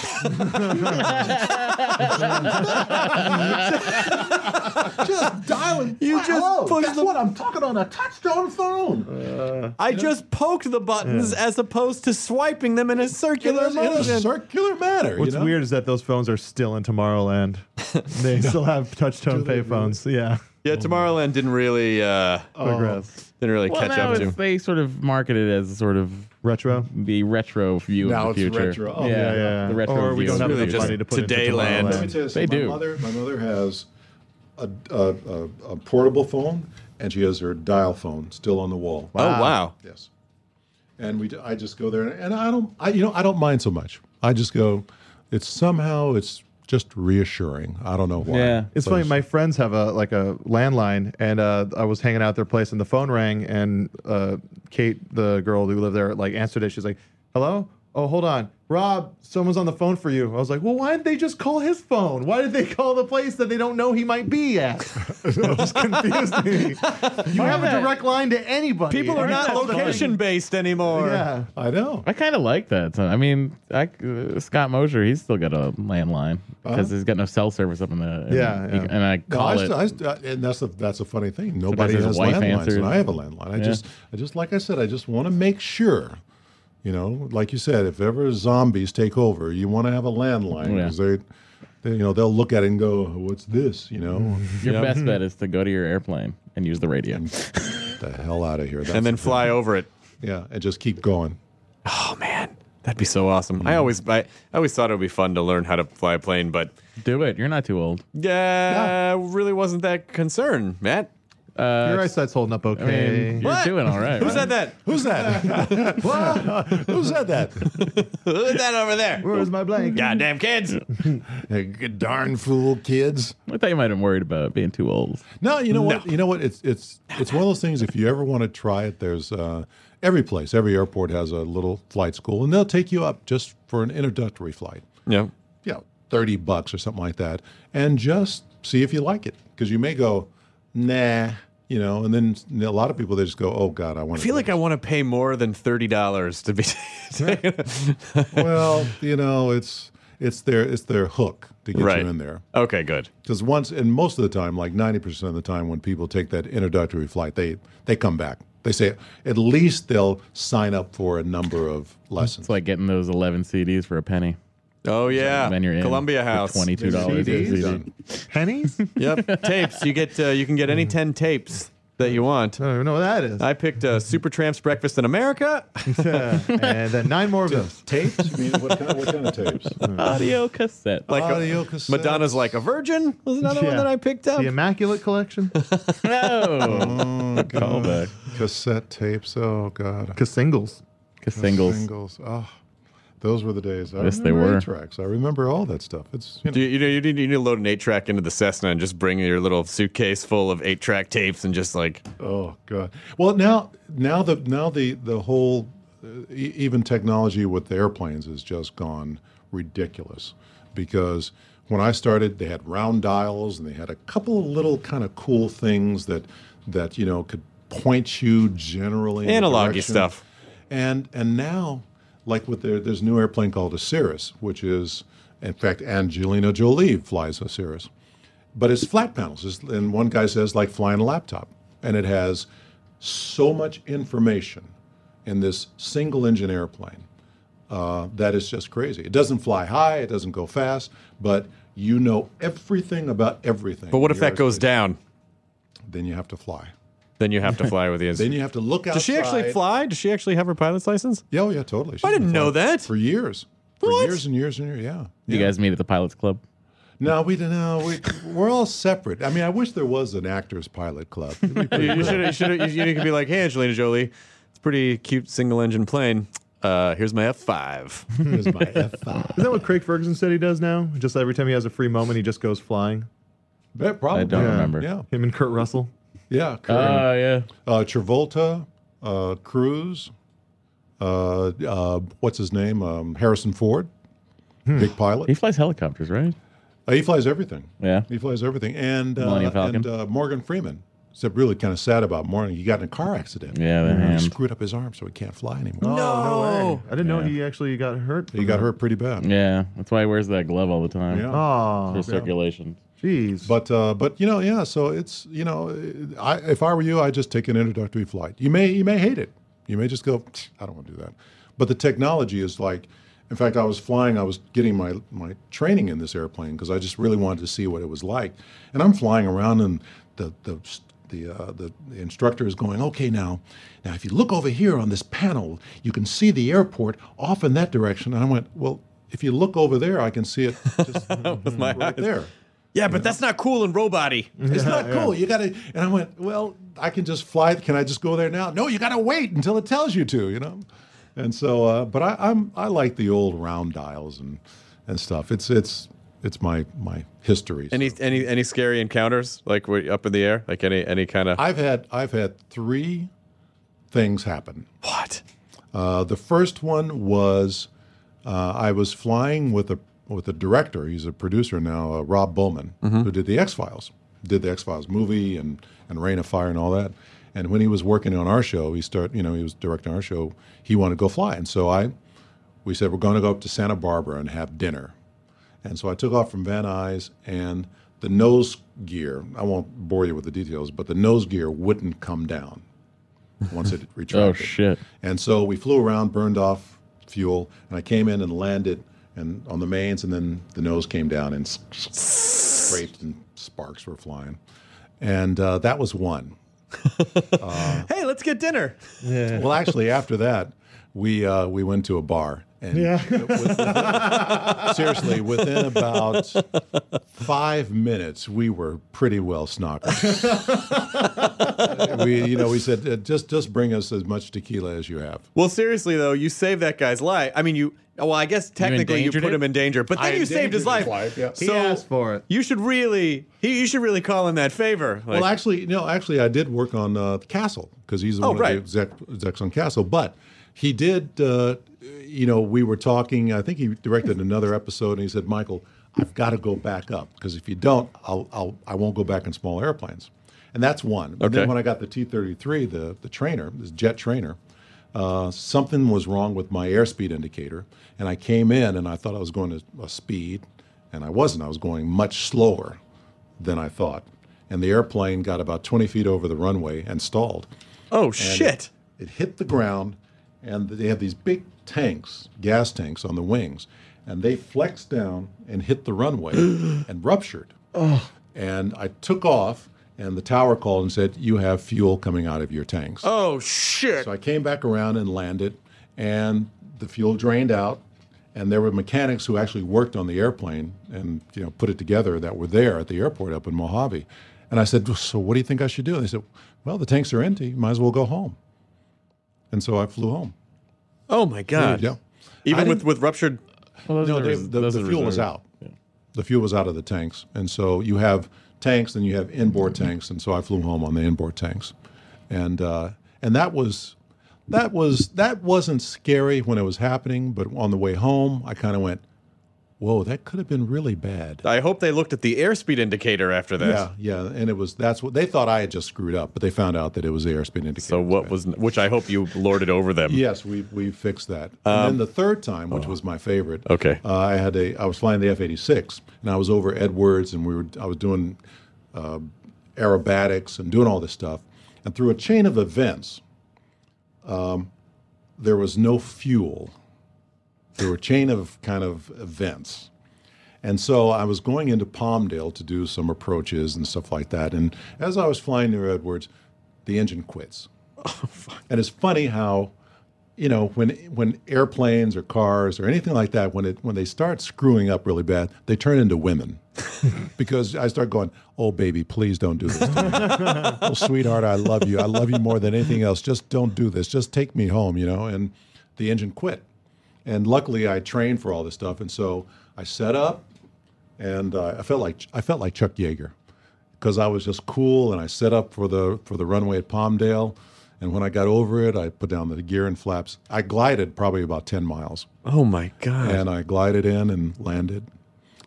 just dialing.
You just
Hello,
pushed
guess
the-
what I'm talking on a touchtone phone.
I just poked the buttons as opposed to swiping them in a
in,
circular
a, in a circular manner.
What's
you know?
weird is that those phones are still in Tomorrowland. they still have touchtone payphones. Yeah.
yeah, Tomorrowland didn't really uh,
Oh.
Progress.
didn't really
well,
catch
now
up to.
it's, they sort of market it as sort of
Retro.
the retro view
Now
of the
it's
future.
retro. Oh,
yeah, yeah.
The retro
Or we
view
don't have
of
really
the
enough
future.
just
money to put into
today land.
Let me tell
Tomorrowland.
you something.
They
my
do.
mother, my mother has a, a, a, a portable phone, and she has her dial phone still on the wall.
Oh wow!
Yes. And we, d- I just go there, and, and I don't, I, you know, I don't mind so much. I just go. It's somehow, it's just reassuring. I don't know why.
Yeah.
It's
But
funny. My friends have a like a landline, and uh, I was hanging out at their place, and the phone rang, and uh, Kate, the girl who lived there, like answered it. She's like, "Hello? Oh, hold on. Rob, someone's on the phone for you. I was like, well, why didn't they just call his phone? Why did they call the place that they don't know he might be at? it just confused me. You have a direct line to anybody.
People are not location based anymore.
Yeah.
I know.
I kind of like that. So, I mean, I, uh, Scott Mosher, he's still got a landline because
Uh-huh.
he's got no cell service up in the.
Yeah,
and,
yeah.
and I
No,
call
I
it.
st- I st- uh, and that's a, that's a funny thing. Nobody
his
has
wife
landlines,
answers.
and I have a landline. I
Yeah.
just, I just, like I said, I just want to make sure. You know, like you said, if ever zombies take over, you want to have a landline
Yeah.
'cause they, they, you know, they'll look at it and go, "What's this?" You know,
your best bet is to go to your airplane and use the radio.
Get the hell out of here. That's
And then
the thing.
fly over it.
yeah, and just keep going.
Oh man, that'd be so awesome. I always, I, I always thought it would be fun to learn how to fly a plane, but
Do it. You're not too old.
yeah, I really wasn't that concerned, Matt.
Your eyesight's holding up
I mean,
okay.
you're
What?
doing all right.
Who
right?
said that?
Who's that? What? Who said that?
Who's that over there?
Where's my blank?
Goddamn kids!
You Darn fool kids.
I thought you might have been worried about being too old.
No, you know what? You know what? It's it's it's one of those things. If you ever want to try it, there's uh, every place, every airport has a little flight school, and they'll take you up just for an introductory flight.
Yeah.
Yeah, thirty bucks or something like that, and just see if you like it because you may go, nah, you know, and then a lot of people they just go, oh god, I want.
I feel like I want to pay more than thirty dollars to be.
well, you know, it's it's their it's their hook to get
Right.
you in there.
okay, good.
Because once and most of the time, like ninety percent of the time, when people take that introductory flight, they they come back. They say at least they'll sign up for a number of lessons.
It's like getting those 11 CDs for a penny.
Oh yeah,
Then you're in.
Columbia
for
House.
$22
CDs?
a CD.
Done.
Pennies? I
Yep, tapes. You get. Uh, you can get any ten tapes that you want.
don't even know what that is.
I picked uh, Super Tramp's Breakfast in America
and then nine more of those.
tapes? I mean, what kind, what kind of tapes?
Audio cassette.
Like a-
Audio cassettes.
Madonna's Like a Virgin was another one
Yeah.
that I picked up.
The Immaculate Collection?
no.
Oh,
Callback.
God. Cassette tapes. Oh God.
Because singles.
Singles.
Singles. Oh, those were the days. I
Yes, they
remember
were.
eight Tracks. I remember all that stuff. It's you know,
Do you, you know you need, you need to load an eight track into the Cessna and just bring your little suitcase full of eight track tapes and just like
Oh God! Well, now now the now the the whole uh, e- even technology with the airplanes has just gone ridiculous because when I started, they had round dials and they had a couple of little kind of cool things that that you know could point you generally in the
Analog-y
direction.
stuff.
And and now, like with their there's a new airplane called a Cirrus, which is in fact Angelina Jolie flies a Cirrus but it's flat panels. It's, and one guy says, like flying a laptop. And it has so much information in this single engine airplane uh, that is just crazy. It doesn't fly high, it doesn't go fast, but you know everything about everything.
But what if
Your
that goes
airspace.
down?
Then you have to fly.
Then you have to fly with the
Then you have to look outside.
Does she actually fly? Does she actually have her pilot's license?
Yeah, oh, yeah, totally. She's
I didn't
been
know
flying
that.
For years.
What?
For years and years and years, yeah.
You
Yeah.
guys meet at the Pilots Club.
No, we don't know. We, we're all separate. I mean, I wish there was an actors pilot club. It'd be pretty
you
cool.
should you should you, you could be like, hey Angelina Jolie, it's a pretty cute single engine plane. Uh, here's my F five.
Here's my F5.
Isn't that what Craig Ferguson said he does now? Just every time he has a free moment, he just goes flying.
Yeah, probably.
I don't
yeah.
remember.
Yeah,
Him and Kurt Russell.
yeah.
Oh,
Curry.
yeah.
Uh, Travolta, uh, Cruz, uh, uh, what's his name? Um, Harrison Ford, big pilot.
He flies helicopters, right?
Uh, he flies everything.
Yeah.
He flies everything. And
Millennium
uh,
Falcon.
and uh, Morgan Freeman. Except really kind of sad about Morgan. He got in a car accident.
Yeah, the
And
hand.
he screwed up his arm, so he can't fly anymore.
Oh, way. I didn't know he actually got hurt.
He got hurt pretty bad.
Yeah. That's why he wears that glove all the time.
Yeah.
Oh,
For circulation.
jeez.
But uh, but you know yeah so it's you know I, if I were you I'd just take an introductory flight. You may you may hate it. You may just go "Pfft, I don't want to do that. But the technology is like in fact I was flying I was getting my my training in this airplane because I just really wanted to see what it was like. And I'm flying around and the the the, uh, the, the instructor is going okay now now if you look over here on this panel you can see the airport off in that direction and i went well if you look over there i can see it just right there
Yeah, but that's not cool in Robody.
it's not cool. You gotta. And I went, well, I can just fly. Can I just go there now? No, you gotta wait until it tells you to. You know. And so, uh, but I, I'm I like the old round dials and and stuff. It's it's it's my my history.
Any any any scary encounters like were you up in the air? Like any any kind of
I've had I've had three things happen.
what?
Uh, the first one was uh, I was flying with a with a director. He's a producer now, uh, Rob Bowman,
Mm-hmm.
who did the X Files, did the X Files movie and and Rain of Fire and all that. And when he was working on our show, he start you know he was directing our show. He wanted to go fly, and so I we said we're going to go up to Santa Barbara and have dinner. And so I took off from Van Nuys, and the nose gear. I won't bore you with the details, but the nose gear wouldn't come down once it retracted.
Oh, shit.
And so we flew around, burned off fuel, and I came in and landed and on the mains, and then the nose came down and scraped, and sparks were flying. And uh, that was one.
hey, let's get dinner.
Yeah.
Well, actually, after that, we uh, we went to a bar, and seriously, within about five minutes, we were pretty well snockered. we, you know, we said uh, just just bring us as much tequila as you have.
Well, seriously though, you saved that guy's life. I mean, you. Well, I guess technically you,
endangered
put
it?
him in danger, but then
I
you saved his
endangered
life.
his life, yeah.
He
So
asked for it.
You should really. He, you should really call in that favor. Like,
well, actually, no, actually, I did work on uh, Castle because he's the
Oh,
one
right.
of the exec, execs on Castle. But he did, uh, you know, we were talking. I think he directed another episode, and he said, "Michael, I've got to go back up because if you don't, I'll, I'll I won't go back in small airplanes." And that's one. And
Okay.
then when I got the T thirty three, the the trainer, this jet trainer. Uh, something was wrong with my airspeed indicator, and I came in and I thought I was going to a speed, and I wasn't. I was going much slower than I thought. And the airplane got about 20 feet over the runway and stalled.
oh shit!
It hit the ground, and they have these big tanks, gas tanks on the wings, and they flexed down and hit the runway and ruptured. And I took off, and the tower called and said, You have fuel coming out of your tanks.
Oh shit!
So I came back around and landed, and the fuel drained out. And there were mechanics who actually worked on the airplane and you know put it together that were there at the airport up in Mojave. And I said, "So what do you think I should do?" And they said, "Well, the tanks are empty. You might as well go home." And so I flew home.
Oh my god!
Yeah.
Even
I
with
didn't-
with ruptured.
Well, those
No,
are
they,
res-
the,
those
the
are
fuel was
reserved.
out. The fuel was out of the tanks, and so you have tanks, then you have inboard tanks, and so I flew home on the inboard tanks, and uh, and that was that was that wasn't scary when it was happening, but on the way home, I kind of went, "Whoa, that could have been really bad."
I hope they looked at the airspeed indicator after that.
Yeah, yeah, and it was that's what they thought I had just screwed up, but they found out that it was the airspeed indicator.
So what was? Which I hope you lorded over them. Um, oh.
Yes, we we fixed that. and then the third time, which was my favorite.
Okay.
uh, I had a I was flying the F eighty six, and I was over Edwards, and we were I was doing uh, aerobatics and doing all this stuff, and through a chain of events, um, there was no fuel. There were a chain of kind of events. And so I was going into Palmdale to do some approaches and stuff like that. And as I was flying near Edwards, the engine quits.
Oh,
And it's funny how, you know, when when airplanes or cars or anything like that, when it when they start screwing up really bad, they turn into women. because I start going, "Oh baby, please don't do this to me. oh sweetheart, I love you. I love you more than anything else. Just don't do this. Just take me home." You know, and the engine quit. And luckily, I trained for all this stuff, and so I set up, and uh, I felt like I felt like Chuck Yeager because I was just cool and I set up for the for the runway at Palmdale. And when I got over it, I put down the gear and flaps. I glided probably about ten miles,
Oh my god!
and I glided in and landed,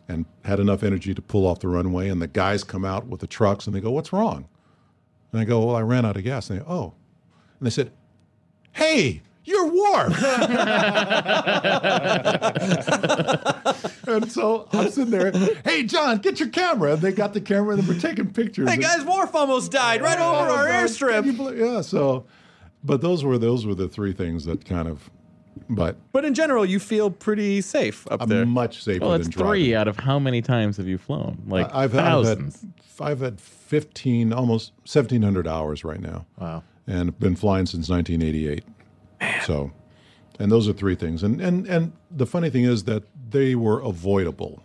and had enough energy to pull off the runway. And the guys come out with the trucks and they go, "What's wrong?" And I go, "Well, I ran out of gas." And they, "Oh," and they said, "Hey, you're warped." and so I'm sitting there, "Hey, John, get your camera." And they got the camera and they were taking pictures.
Hey
And-
guys, Worf almost died right over our
yeah,
airstrip.
Oh, can you believe- Yeah. So, but those were those were the three things that kind of, but
But in general, you feel pretty safe up
I'm
there.
much safer
Well,
than
it's
driving.
three out of how many times have you flown? Like
I- I've, I've had
thousands.
I've had 15, almost 1,700 hours right now. Wow. And been flying since 1988. So, and those are three things. And and and the funny thing is that they were avoidable,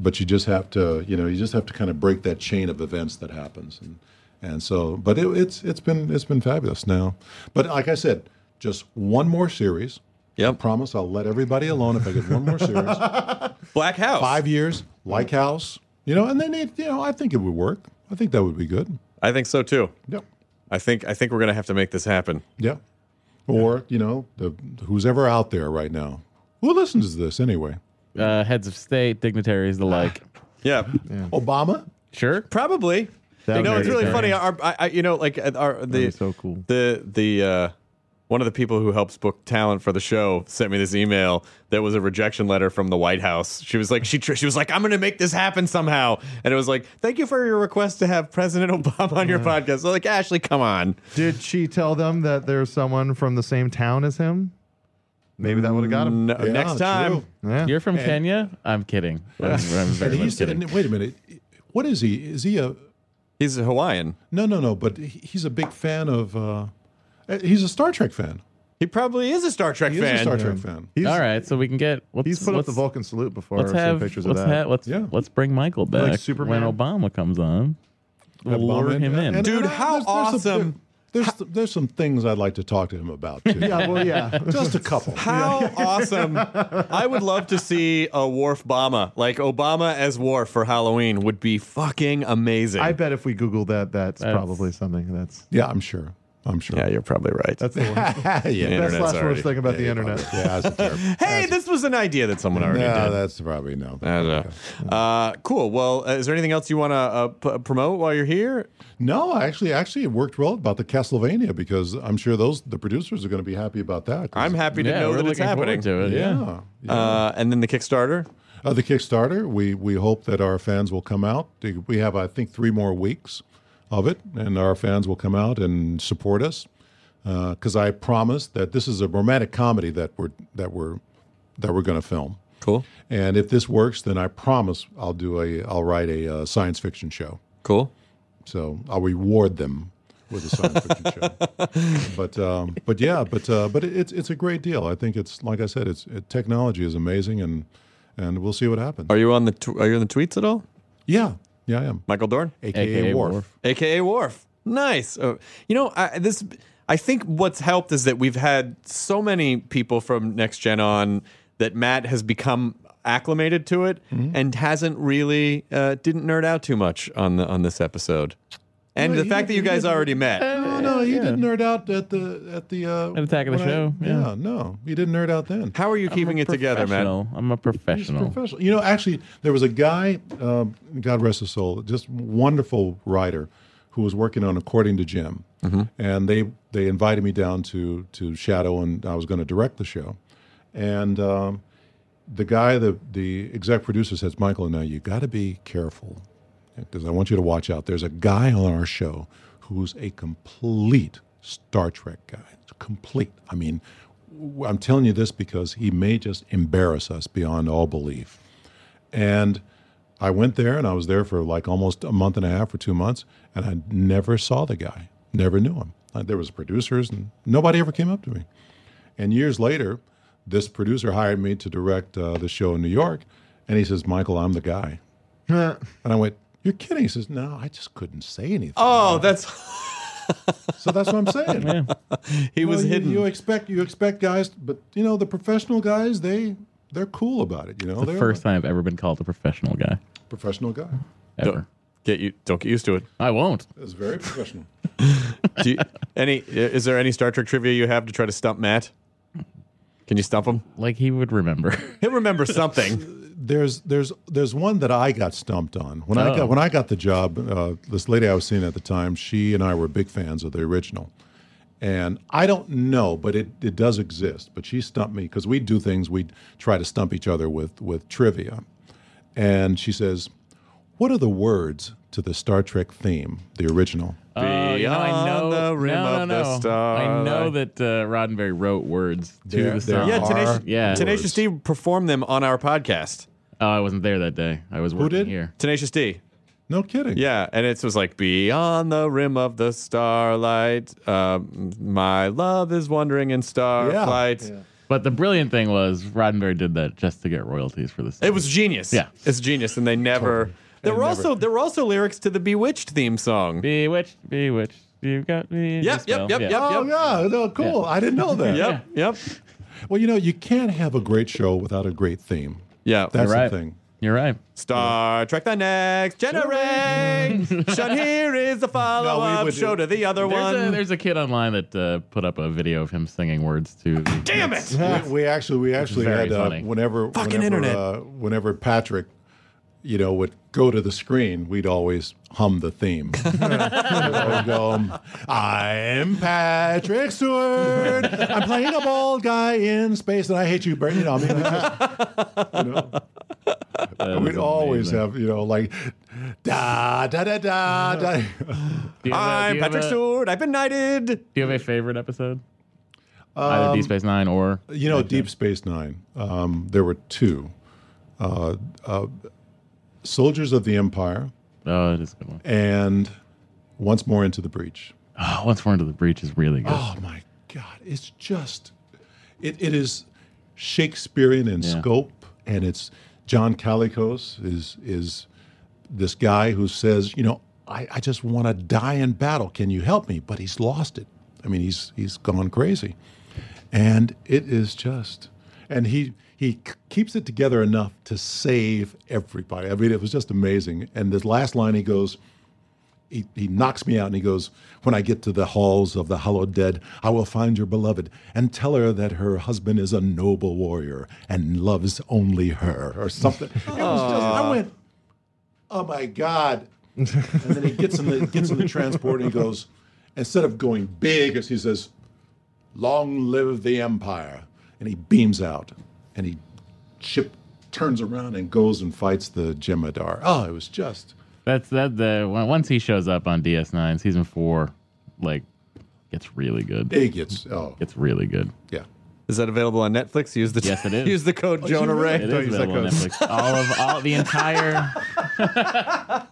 but you just have to, you know, you just have to kind of break that chain of events that happens. And and so, but it, it's it's been it's been fabulous now. But like I said, just one more series.
Yep.
Promise I'll let everybody alone if I get one more series
Black House. Mm.
five years, like house, you know, and then it, you know, I think it would work. I think that would be good.
I think so too.
Yep.
I think I think we're gonna have to make this happen.
Yeah. Or you know, the who's ever out there right now. Who listens to this anyway?
Uh, heads of state, dignitaries, the like.
yeah.
Obama?
Sure.
Probably.
That
you
would
know,
be
it's really
nice.
funny. Our, I, I, you know, like uh, our the
so cool.
The the uh, one of the people who helps book talent for the show sent me this email that was a rejection letter from the White House. She was like, she tr- she was like, I'm going to make this happen somehow, and it was like, thank you for your request to have President Obama on your podcast. So like, Ashley, come on.
Did she tell them that there's someone from the same town as him? Maybe that would have got him.
No, next time.
Yeah.
You're from
And-
Kenya? I'm kidding. I'm, I'm very
And
much
he's-
kidding.
and wait a minute. What is he? Is he a
He's Hawaiian.
no, no, no? But he- he's a big fan of. Uh, he's a Star Trek fan.
He probably is a Star Trek
He is a
fan.
Star Trek fan.
He's,
All right, so we can get. Let's,
he's put up
let's,
the Vulcan salute before.
Let's
I've seen
have.
pictures
let's
of that.
ha- let's
Yeah.
let's bring Michael back
Like Superman?
when Obama comes on.
That
Lure
bomb
him in.
And-
Dude,
and I-
how awesome.
There's, there's, there's some things I'd like to talk to him about too.
yeah, well, yeah.
Just a couple.
How awesome! I would love to see a Worf Bama, like Obama as Worf for Halloween, would be fucking amazing.
I bet if we Google that, that's,
That's-
probably something. That's
Yeah, I'm sure. I'm sure.
yeah, you're probably right.
that's the one.
yeah, yeah,
That's
Internet's
last
already-
worst thing about the
yeah,
internet.
Yeah, that's terrible.
hey, this was an idea that someone already
no,
did.
that's probably no.
I don't know. Uh, cool. Well, uh, is there anything else you want to uh, p- promote while you're here?
No, actually, actually, it worked well about the Castlevania because I'm sure those the producers are going to be happy about that. 'cause-
I'm happy to
yeah,
know
we're
that it's
looking
happening.
forward to it. Yeah.
Yeah. yeah.
Uh, and then the Kickstarter.
Uh, the Kickstarter, we we hope that our fans will come out. We have, I think, three more weeks of it, and our fans will come out and support us. Because I promise that this is a romantic comedy that we're that we're that we're going to film.
Cool.
And if this works, then I promise I'll do a I'll write a uh, science fiction show.
Cool.
So I'll reward them with a science fiction show. But um, but yeah, but uh, but it, it's it's a great deal. I think it's like I said, it's it, technology is amazing, and and we'll see what happens.
Are you on the tw- Are you on the tweets at all,
Yeah, yeah, I am.
Michael Dorn?
AKA,
AKA
Worf.
Worf.
aka Worf. Nice. Uh, you know, I, this. I think what's helped is that we've had so many people from Next Gen on that Matt has become acclimated to it
Mm-hmm.
and hasn't really uh, didn't nerd out too much on the on this episode. And
No,
the
he
fact that you
didn't- he
guys
didn't-
already met.
No, no, he didn't nerd out at the at the uh,
At Attack of the
when I-
Show, yeah.
yeah. no, he didn't nerd out then.
How are you keeping it together, Matt?
Professional. I'm a professional.
Professional. You know, actually, there was a guy, um, God rest his soul, just wonderful writer who was working on According to Jim, and they they invited me down to to shadow, and I was going to direct the show, and. Um, the guy, the the exec producer says, Michael, now you got to be careful because I want you to watch out. There's a guy on our show who's a complete Star Trek guy. Complete. I mean, w- I'm telling you this because he may just embarrass us beyond all belief. And I went there and I was there for like almost a month and a half or two months, and I never saw the guy, never knew him. Uh, There was producers and nobody ever came up to me. And years later, this producer hired me to direct uh, the show in New York, and he says, "Michael, I'm the guy." and I went, "You're kidding?" He says, "No, I just couldn't say anything."
Oh, that's
so that's what I'm saying.
he was
Well, you,
hidden.
You expect you expect guys, but you know the professional guys, they they're cool about it. You know,
It's the
they're
first time I've ever been called a professional guy.
professional guy.
Ever.
get you don't get used to it.
I won't.
It's very professional.
Do you, any is there any Star Trek trivia you have to try to stump Matt? Can you stump him?
Like he would remember.
He'll remember something.
there's there's there's one that I got stumped on when I
Oh.
got when I got the job. Uh, this lady I was seeing at the time, she and I were big fans of the original, and I don't know, but it, it does exist. But she stumped me because we do things we try to stump each other with with trivia, and she says, "What are the words to the Star Trek theme, the original?"
Oh, you know, I
Beyond
know.
the rim
no,
of
no,
the
no. I
starlight.
know that uh, Roddenberry wrote words to
There-
the
there
song.
Yeah,
are
Tenacious-
Yeah.
Tenacious D performed them on our podcast.
Oh, I wasn't there that day. I was working
did?
here.
Tenacious D.
No kidding.
Yeah, and it was like beyond the rim of the starlight, um, my love is wandering in starlight.
But the brilliant thing was Roddenberry did that just to get royalties for the song.
It was genius.
Yeah.
it's genius, and they never. There were also there were also lyrics to the Bewitched theme song.
Bewitched, Bewitched, you got me. in
Yep,
your
yep,
spell.
yep,
yeah.
yep.
Oh yeah, no, cool. I didn't know that.
yep, yep,
Well, you know, you can't have a great show without a great theme.
yeah.
That's
right.
the thing.
You're right.
Star Trek: The Next Generation. Here is the follow-up
would
show
do-
to the other
there's
one.
A, there's a kid online that uh, put up a video of him singing words to. The,
Damn it!
we, we actually we actually
very
had uh,
funny.
whenever
Fucking
whenever,
internet.
Uh, whenever Patrick, you know, would go to the screen, we'd always hum the theme. We'd always go, um, I'm Patrick Stewart. I'm playing a bald guy in space, and I hate you, Bernie. No, I mean, we just, you know, we'd always have you know like da da da da da.
I'm Patrick Stewart. I've been knighted.
Do you have a favorite episode? Either Deep Space Nine or
you know Deep Space Nine. Um, there were two, uh, uh, Soldiers of the Empire.
Oh, it is a good one.
And once more into the breach.
Oh, once more into the breach is really good.
Oh my God! It's just, it, it is Shakespearean in
Yeah.
scope, and it's John Calicos is is this guy who says, you know, I, I just want to die in battle. Can you help me? But he's lost it. I mean, he's he's gone crazy, and it is just, and he. He k- keeps it together enough to save everybody. I mean, it was just amazing. And this last line, he goes, he, he knocks me out and he goes, When I get to the halls of the hallowed dead, I will find your beloved and tell her that her husband is a noble warrior and loves only her or something. It was just, I went, Oh my God. and then he gets in the gets in the transport and he goes, instead of going big, as he says, Long live the Empire. And he beams out and he ship turns around and goes and fights the Jemadar. Oh, it was just
That's that. The on- once he shows up on DS9 season four, like gets really good.
It gets oh,
gets really good.
Yeah.
Is that available on Netflix? Use the
Yes, it is.
Use the code
Oh, is it
Jonah
really?
Ray.
It is available on Netflix. All of all the entire. well,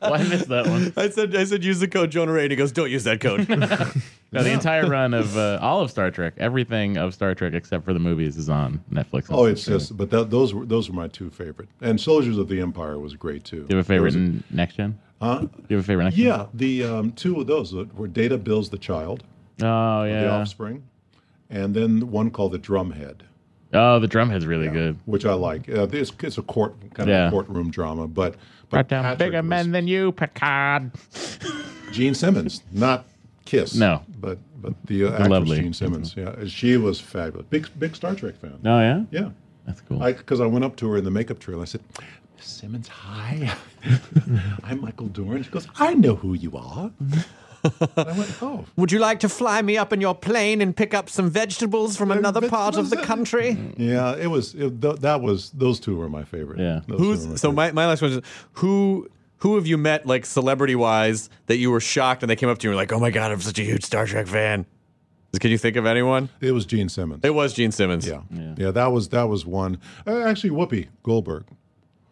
I missed that one.
I said I said use the code Jonah Ray. And he goes, don't use that code.
No, the entire run of uh, all of Star Trek, everything of Star Trek except for the movies is on Netflix. and
Oh, it's
streaming.
just, but that, those were those were my two favorite. And Soldiers of the Empire was great too.
Do you have a favorite
There was
in next gen?
Huh? Do
you have a favorite next gen?
yeah, the um, two of those were Data Bills the Child,
Oh
the
yeah.
Offspring, and then one called the Drumhead,
Oh, the drumhead's really good.
which I like. Uh, it's, it's a court kind
Yeah.
of a courtroom drama, but
Brought
but
down
Patrick
bigger
was
men than you, Picard.
Gene Simmons, not Kiss.
No.
but but the uh,
The
actress
lovely
Gene Simmons. Yeah, she was fabulous. Big big Star Trek fan.
Oh yeah.
Yeah.
That's cool.
Because I, went up to her in the makeup trailer. I said, Miss Simmons, hi. I'm Michael Dorn. She goes, I know who you are. "Oh."
Would you like to fly me up in your plane and pick up some vegetables from another part of the country?
Yeah, it was. It, th- that was. Those two were my favorite. Yeah.
Who's so my, my last question is who who have you met like celebrity wise that you were shocked and they came up to you and were like, oh my god, I'm such a huge Star Trek fan. Can you think of anyone?
It was Gene Simmons.
It was Gene Simmons. Yeah.
yeah. that was that was one. Uh, actually, Whoopi Goldberg.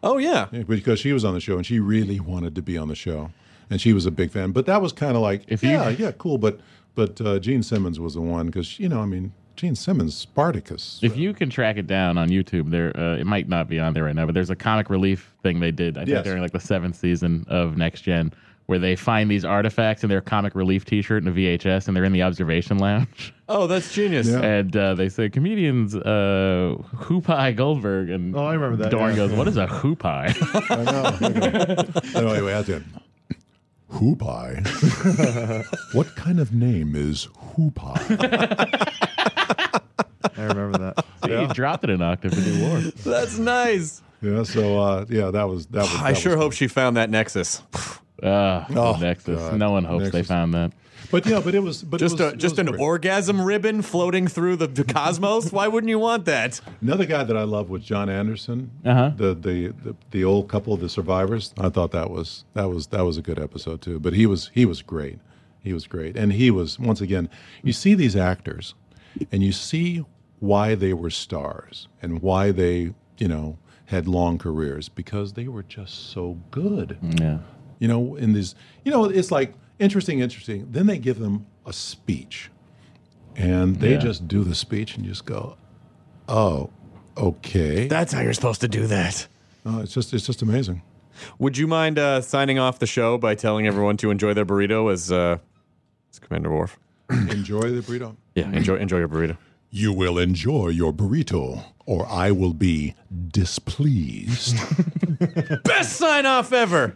Oh yeah.
because she was on the show and she really wanted to be on the show, and she was a big fan. But that was kind of like,
you-
yeah, yeah, cool. But but uh, Gene Simmons was the one because you know, I mean, Gene Simmons, Spartacus.
If you can track it down on YouTube, there uh, it might not be on there right now, but there's a comic relief thing they did. I think
Yes.
during like the seventh season of Next Gen, where they find these artifacts in their comic relief T-shirt and a VHS, and they're in the observation lounge.
Oh, that's genius.
And uh, they say comedians uh, hoopai Goldberg and oh, I remember
that,
Dorn
yeah.
goes, "What is a hoopai?"
I know. I know. Anyway, that's it. Hoopai. what kind of name is Hoopai? I remember that.
See, You dropped it an octave in New War.
That's nice.
Yeah. So uh, yeah, that was that. was
I
that
sure
was-
hope she found that Nexus.
Uh,
Oh,
Nexus.
God.
No one hopes they
Nexus.
found that.
But yeah, but it was. But it
just
was-
a,
it
just
was
an
great.
orgasm ribbon floating through the, the cosmos. Why wouldn't you want that?
Another guy that I love was John Anderson,
Uh-huh.
the, the the the old couple, the survivors. I thought that was that was that was a good episode too. But he was he was great, he was great, and he was once again. You see these actors, and you see why they were stars and why they you know had long careers because they were just so good.
Yeah.
You know, in these, you know, it's like interesting, interesting. Then they give them a speech, and they
Yeah.
just do the speech and just go, "Oh, okay."
That's how you're supposed to do that.
Oh, it's just, it's just amazing.
Would you mind uh, signing off the show by telling everyone to enjoy their burrito as, uh, as Commander Worf?
Enjoy the burrito.
Yeah, enjoy enjoy your burrito.
You will enjoy your burrito, or I will be displeased.
Best sign off ever.